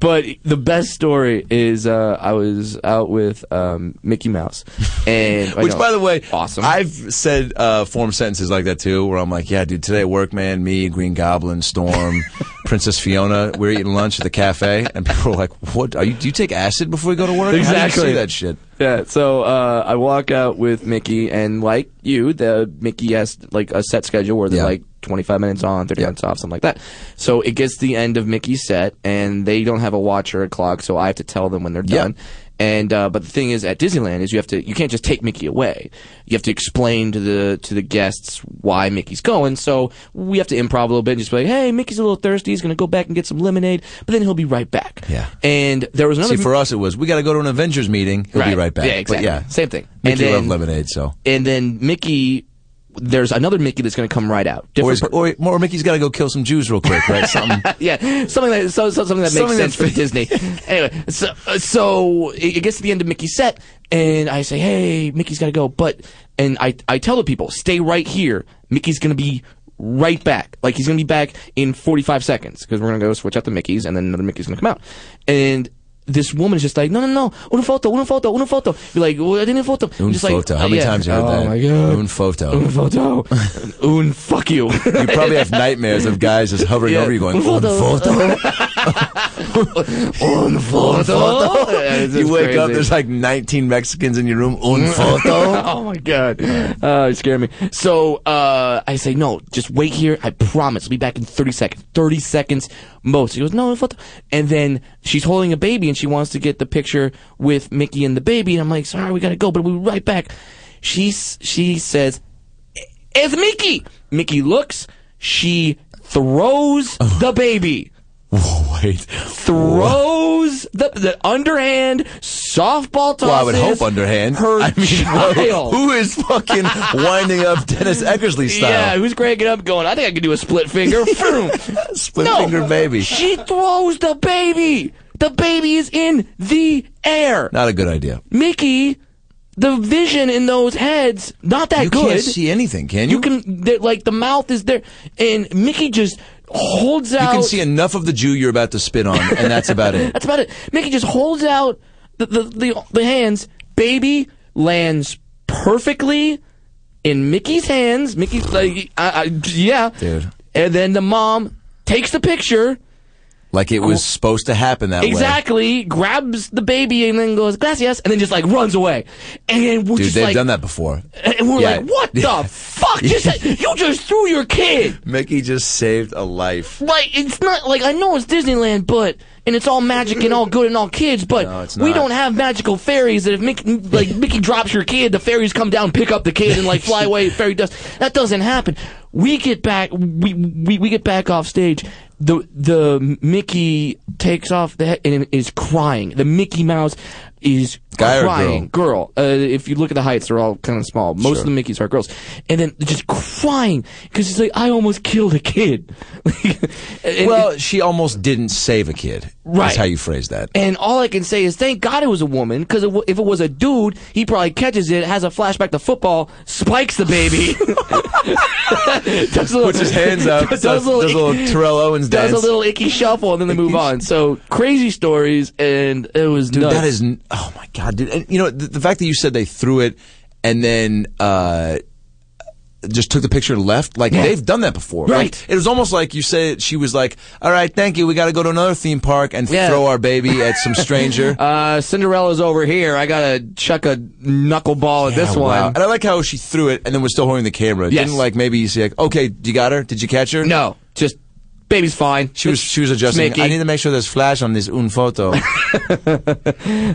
S3: but the best story is uh, I was out with um, Mickey Mouse, and I
S4: Which,
S3: know,
S4: by the way,
S3: awesome.
S4: I've said uh, form sentences like that too, where I'm like, "Yeah, dude, today at work, man, me, Green Goblin, Storm, Princess Fiona, we're eating lunch at the cafe, and people are like, "What? Are you? Do you take acid before you go to work? How do you say
S3: Exactly.
S4: that shit."
S3: yeah. So uh, I walk out with Mickey, and like you, the Mickey has like a set schedule where they're
S4: Yeah.
S3: like 25 minutes on, 30
S4: Yeah.
S3: minutes off, something like that. So it gets to the end of Mickey's set, and they don't have a watch or a clock, so I have to tell them when they're
S4: Yeah.
S3: done. And uh, but the thing is, at Disneyland, is you have to you can't just take Mickey away. You have to explain to the to the guests why Mickey's going. So we have to improv a little bit and just be like, "Hey, Mickey's a little thirsty. He's gonna go back and get some lemonade, but then he'll be right back."
S4: Yeah.
S3: And there was another
S4: See, for us, it was we got to go to an Avengers meeting. He'll be right back.
S3: yeah, exactly.
S4: But yeah,
S3: Same thing.
S4: Mickey
S3: and then,
S4: loved lemonade, so
S3: And then Mickey, there's another Mickey that's going to come right out.
S4: or,
S3: Different.
S4: he's- or, or Mickey's got to go kill some Jews real quick, right? Something.
S3: per- yeah, something that so, so- something that makes
S4: Something
S3: sense for
S4: that's-
S3: Disney. anyway, so uh, so it, it gets to the end of Mickey's set, and I say, "Hey, Mickey's got to go," but and I I tell the people, "Stay right here. Mickey's going to be." Right back, like he's gonna be back in 45 seconds because we're gonna go switch out the Mickey's and then another Mickey's gonna come out. And this woman is just like, no, no, no, una foto, una foto, una foto. You're like, well, I didn't foto.
S4: Un
S3: just like,
S4: photo. How
S3: uh,
S4: many
S3: yeah.
S4: times you heard
S3: oh
S4: that?
S3: my god.
S4: Un photo.
S3: Un photo. Un fuck you.
S4: You probably have nightmares of guys just hovering
S3: Yeah.
S4: over you going,
S3: Un
S4: "Un
S3: photo."
S4: photo."
S3: Un photo. Yeah, it's
S4: You
S3: just
S4: wake up,
S3: crazy.
S4: there's like 19 Mexicans in your room. Un photo.
S3: Oh my god, uh, you scared me. So uh, I say no, just wait here. I promise, I'll be back in thirty seconds. Thirty seconds most. She goes no, what the-" and then she's holding a baby and she wants to get the picture with Mickey and the baby. And I'm like, sorry, we gotta go, but we'll be right back. She s- she says, "It's Mickey." Mickey looks. She throws the baby.
S4: Whoa, wait.
S3: Throws the, the underhand softball tosses.
S4: Well, I would hope underhand.
S3: Her
S4: I mean,
S3: child.
S4: who is fucking winding up Dennis Eckersley
S3: Yeah,
S4: style?
S3: who's cranking up going, I think I can do a split finger. Vroom.
S4: Split
S3: no.
S4: finger baby.
S3: She throws the baby. The baby is in the air.
S4: Not a good idea.
S3: Mickey, the vision in those heads, not that
S4: You
S3: good.
S4: can't see anything, can you?
S3: you can, they're- like, the mouth is there. And Mickey just holds
S4: You
S3: out.
S4: can see enough of the Jew you're about to spit on, and that's about it.
S3: That's about it. Mickey just holds out the, the, the, the hands. Baby lands perfectly in Mickey's hands. Mickey's like, I, I, yeah.
S4: Dude.
S3: And then the mom takes the picture,
S4: Like it was supposed to happen that way.
S3: exactly, grabs the baby, and then goes, gracias, and then just like runs away. And we're
S4: Dude,
S3: just
S4: they've
S3: like,
S4: done that before.
S3: and we're
S4: Yeah.
S3: like, what the fuck? Just, you just threw your kid.
S4: Mickey just saved a life.
S3: Like, it's not like I know it's Disneyland, but and it's all magic and all good and all kids, but
S4: No, it's
S3: we
S4: not.
S3: don't have magical fairies that if Mickey, like Mickey drops your kid, the fairies come down, pick up the kid, and like fly away. Fairy dust. That doesn't happen. We get back. We we, we get back off stage. The the Mickey takes off the head and is crying. The Mickey Mouse is
S4: Guy or
S3: crying. Girl, Uh, if you look at the heights, they're all kind of small. Most of the Mickeys are girls, and then just crying because she's like, "I almost killed a kid." And-
S4: Well, she almost didn't save a kid.
S3: Right.
S4: That's how you phrase that.
S3: And all I can say is thank God it was a woman, because if it was a dude, he probably catches it, has a flashback to football, spikes the baby. does a little,
S4: Puts his hands up,
S3: Does,
S4: does,
S3: a little,
S4: does a little Terrell Owens
S3: does
S4: dance.
S3: a little icky shuffle, and then they move on. So crazy stories, and it was
S4: Dude,
S3: nuts.
S4: that is n- oh my god, dude! And you know the, the fact that you said they threw it and then uh, just took the picture and left, like they've done that before, Like,
S3: Right.
S4: it was almost like you said she was like, "All right, thank you, we got to go to another theme park and
S3: Yeah.
S4: throw our baby at some stranger."
S3: Uh, Cinderella's over here. I gotta chuck a knuckleball at this
S4: Yeah, wow.
S3: one.
S4: and I like how she threw it and then was still holding the camera.
S3: Yes.
S4: Didn't like maybe you see like, "Okay, you got her? Did you catch her?"
S3: No, just Baby's fine.
S4: She was she was adjusting.
S3: Mickey.
S4: I need to make sure there's flash on this un photo.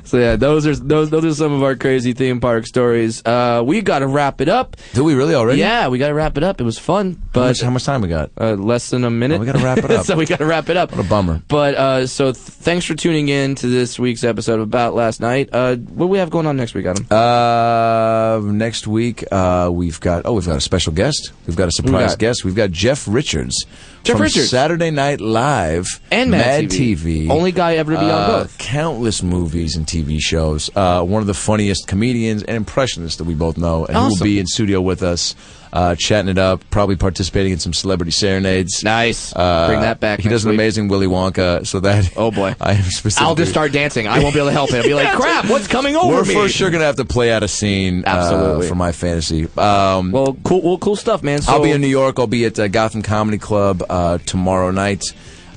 S3: So yeah, those are those those are some of our crazy theme park stories. Uh, we got to wrap it up.
S4: Do we really already?
S3: Yeah, we got to wrap it up. It was fun,
S4: How
S3: but
S4: much, how much time we got?
S3: uh, less than a minute.
S4: Oh, we gotta wrap it up.
S3: so we got to wrap it up.
S4: What a bummer.
S3: But uh, so th- thanks for tuning in to this week's episode of About Last Night. Uh, what do we have going on next week, Adam?
S4: Uh, next week uh, we've got oh we've got a special guest. We've got a surprise
S3: got?
S4: guest. We've got Jeff Richards
S3: Jeff
S4: from
S3: Richards.
S4: Saturday Night Live
S3: and Mad, TV. only guy ever to be on
S4: Uh,
S3: both.
S4: Countless movies and TV shows. Uh, one of the funniest comedians and impressionists that we both know, and who
S3: Awesome.
S4: will be in studio with us, uh, chatting it up, probably participating in some celebrity serenades.
S3: Nice.
S4: Uh,
S3: Bring that back.
S4: He
S3: next
S4: does an
S3: week.
S4: amazing Willy Wonka, so that
S3: Oh, boy.
S4: I am specifically.
S3: I'll just start dancing. I won't be able to help it. I'll be like, crap, what's coming over
S4: We're
S3: me?
S4: for sure gonna have to play out a scene uh,
S3: Absolutely.
S4: for my fantasy. Um,
S3: Well, cool, well, cool stuff, man. So,
S4: I'll be in New York. I'll be at uh, Gotham Comedy Club uh, tomorrow night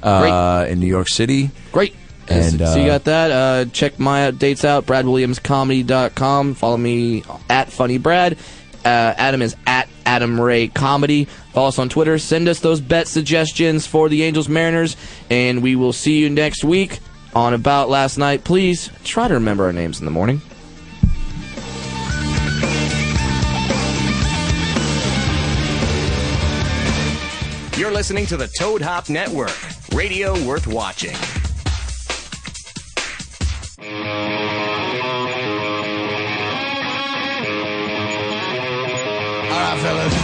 S4: uh, in New York City.
S3: Great.
S4: And,
S3: so you
S4: uh,
S3: got that. Uh, check my dates out, bradwilliamscomedy.com. Follow me at funnybrad. Uh, Adam is at Adam Ray Comedy. Follow us on Twitter. Send us those bet suggestions for the Angels Mariners, and we will see you next week on About Last Night. Please try to remember our names in the morning.
S2: You're listening to the Toad Hop Network, radio worth watching.
S4: All right, fellas.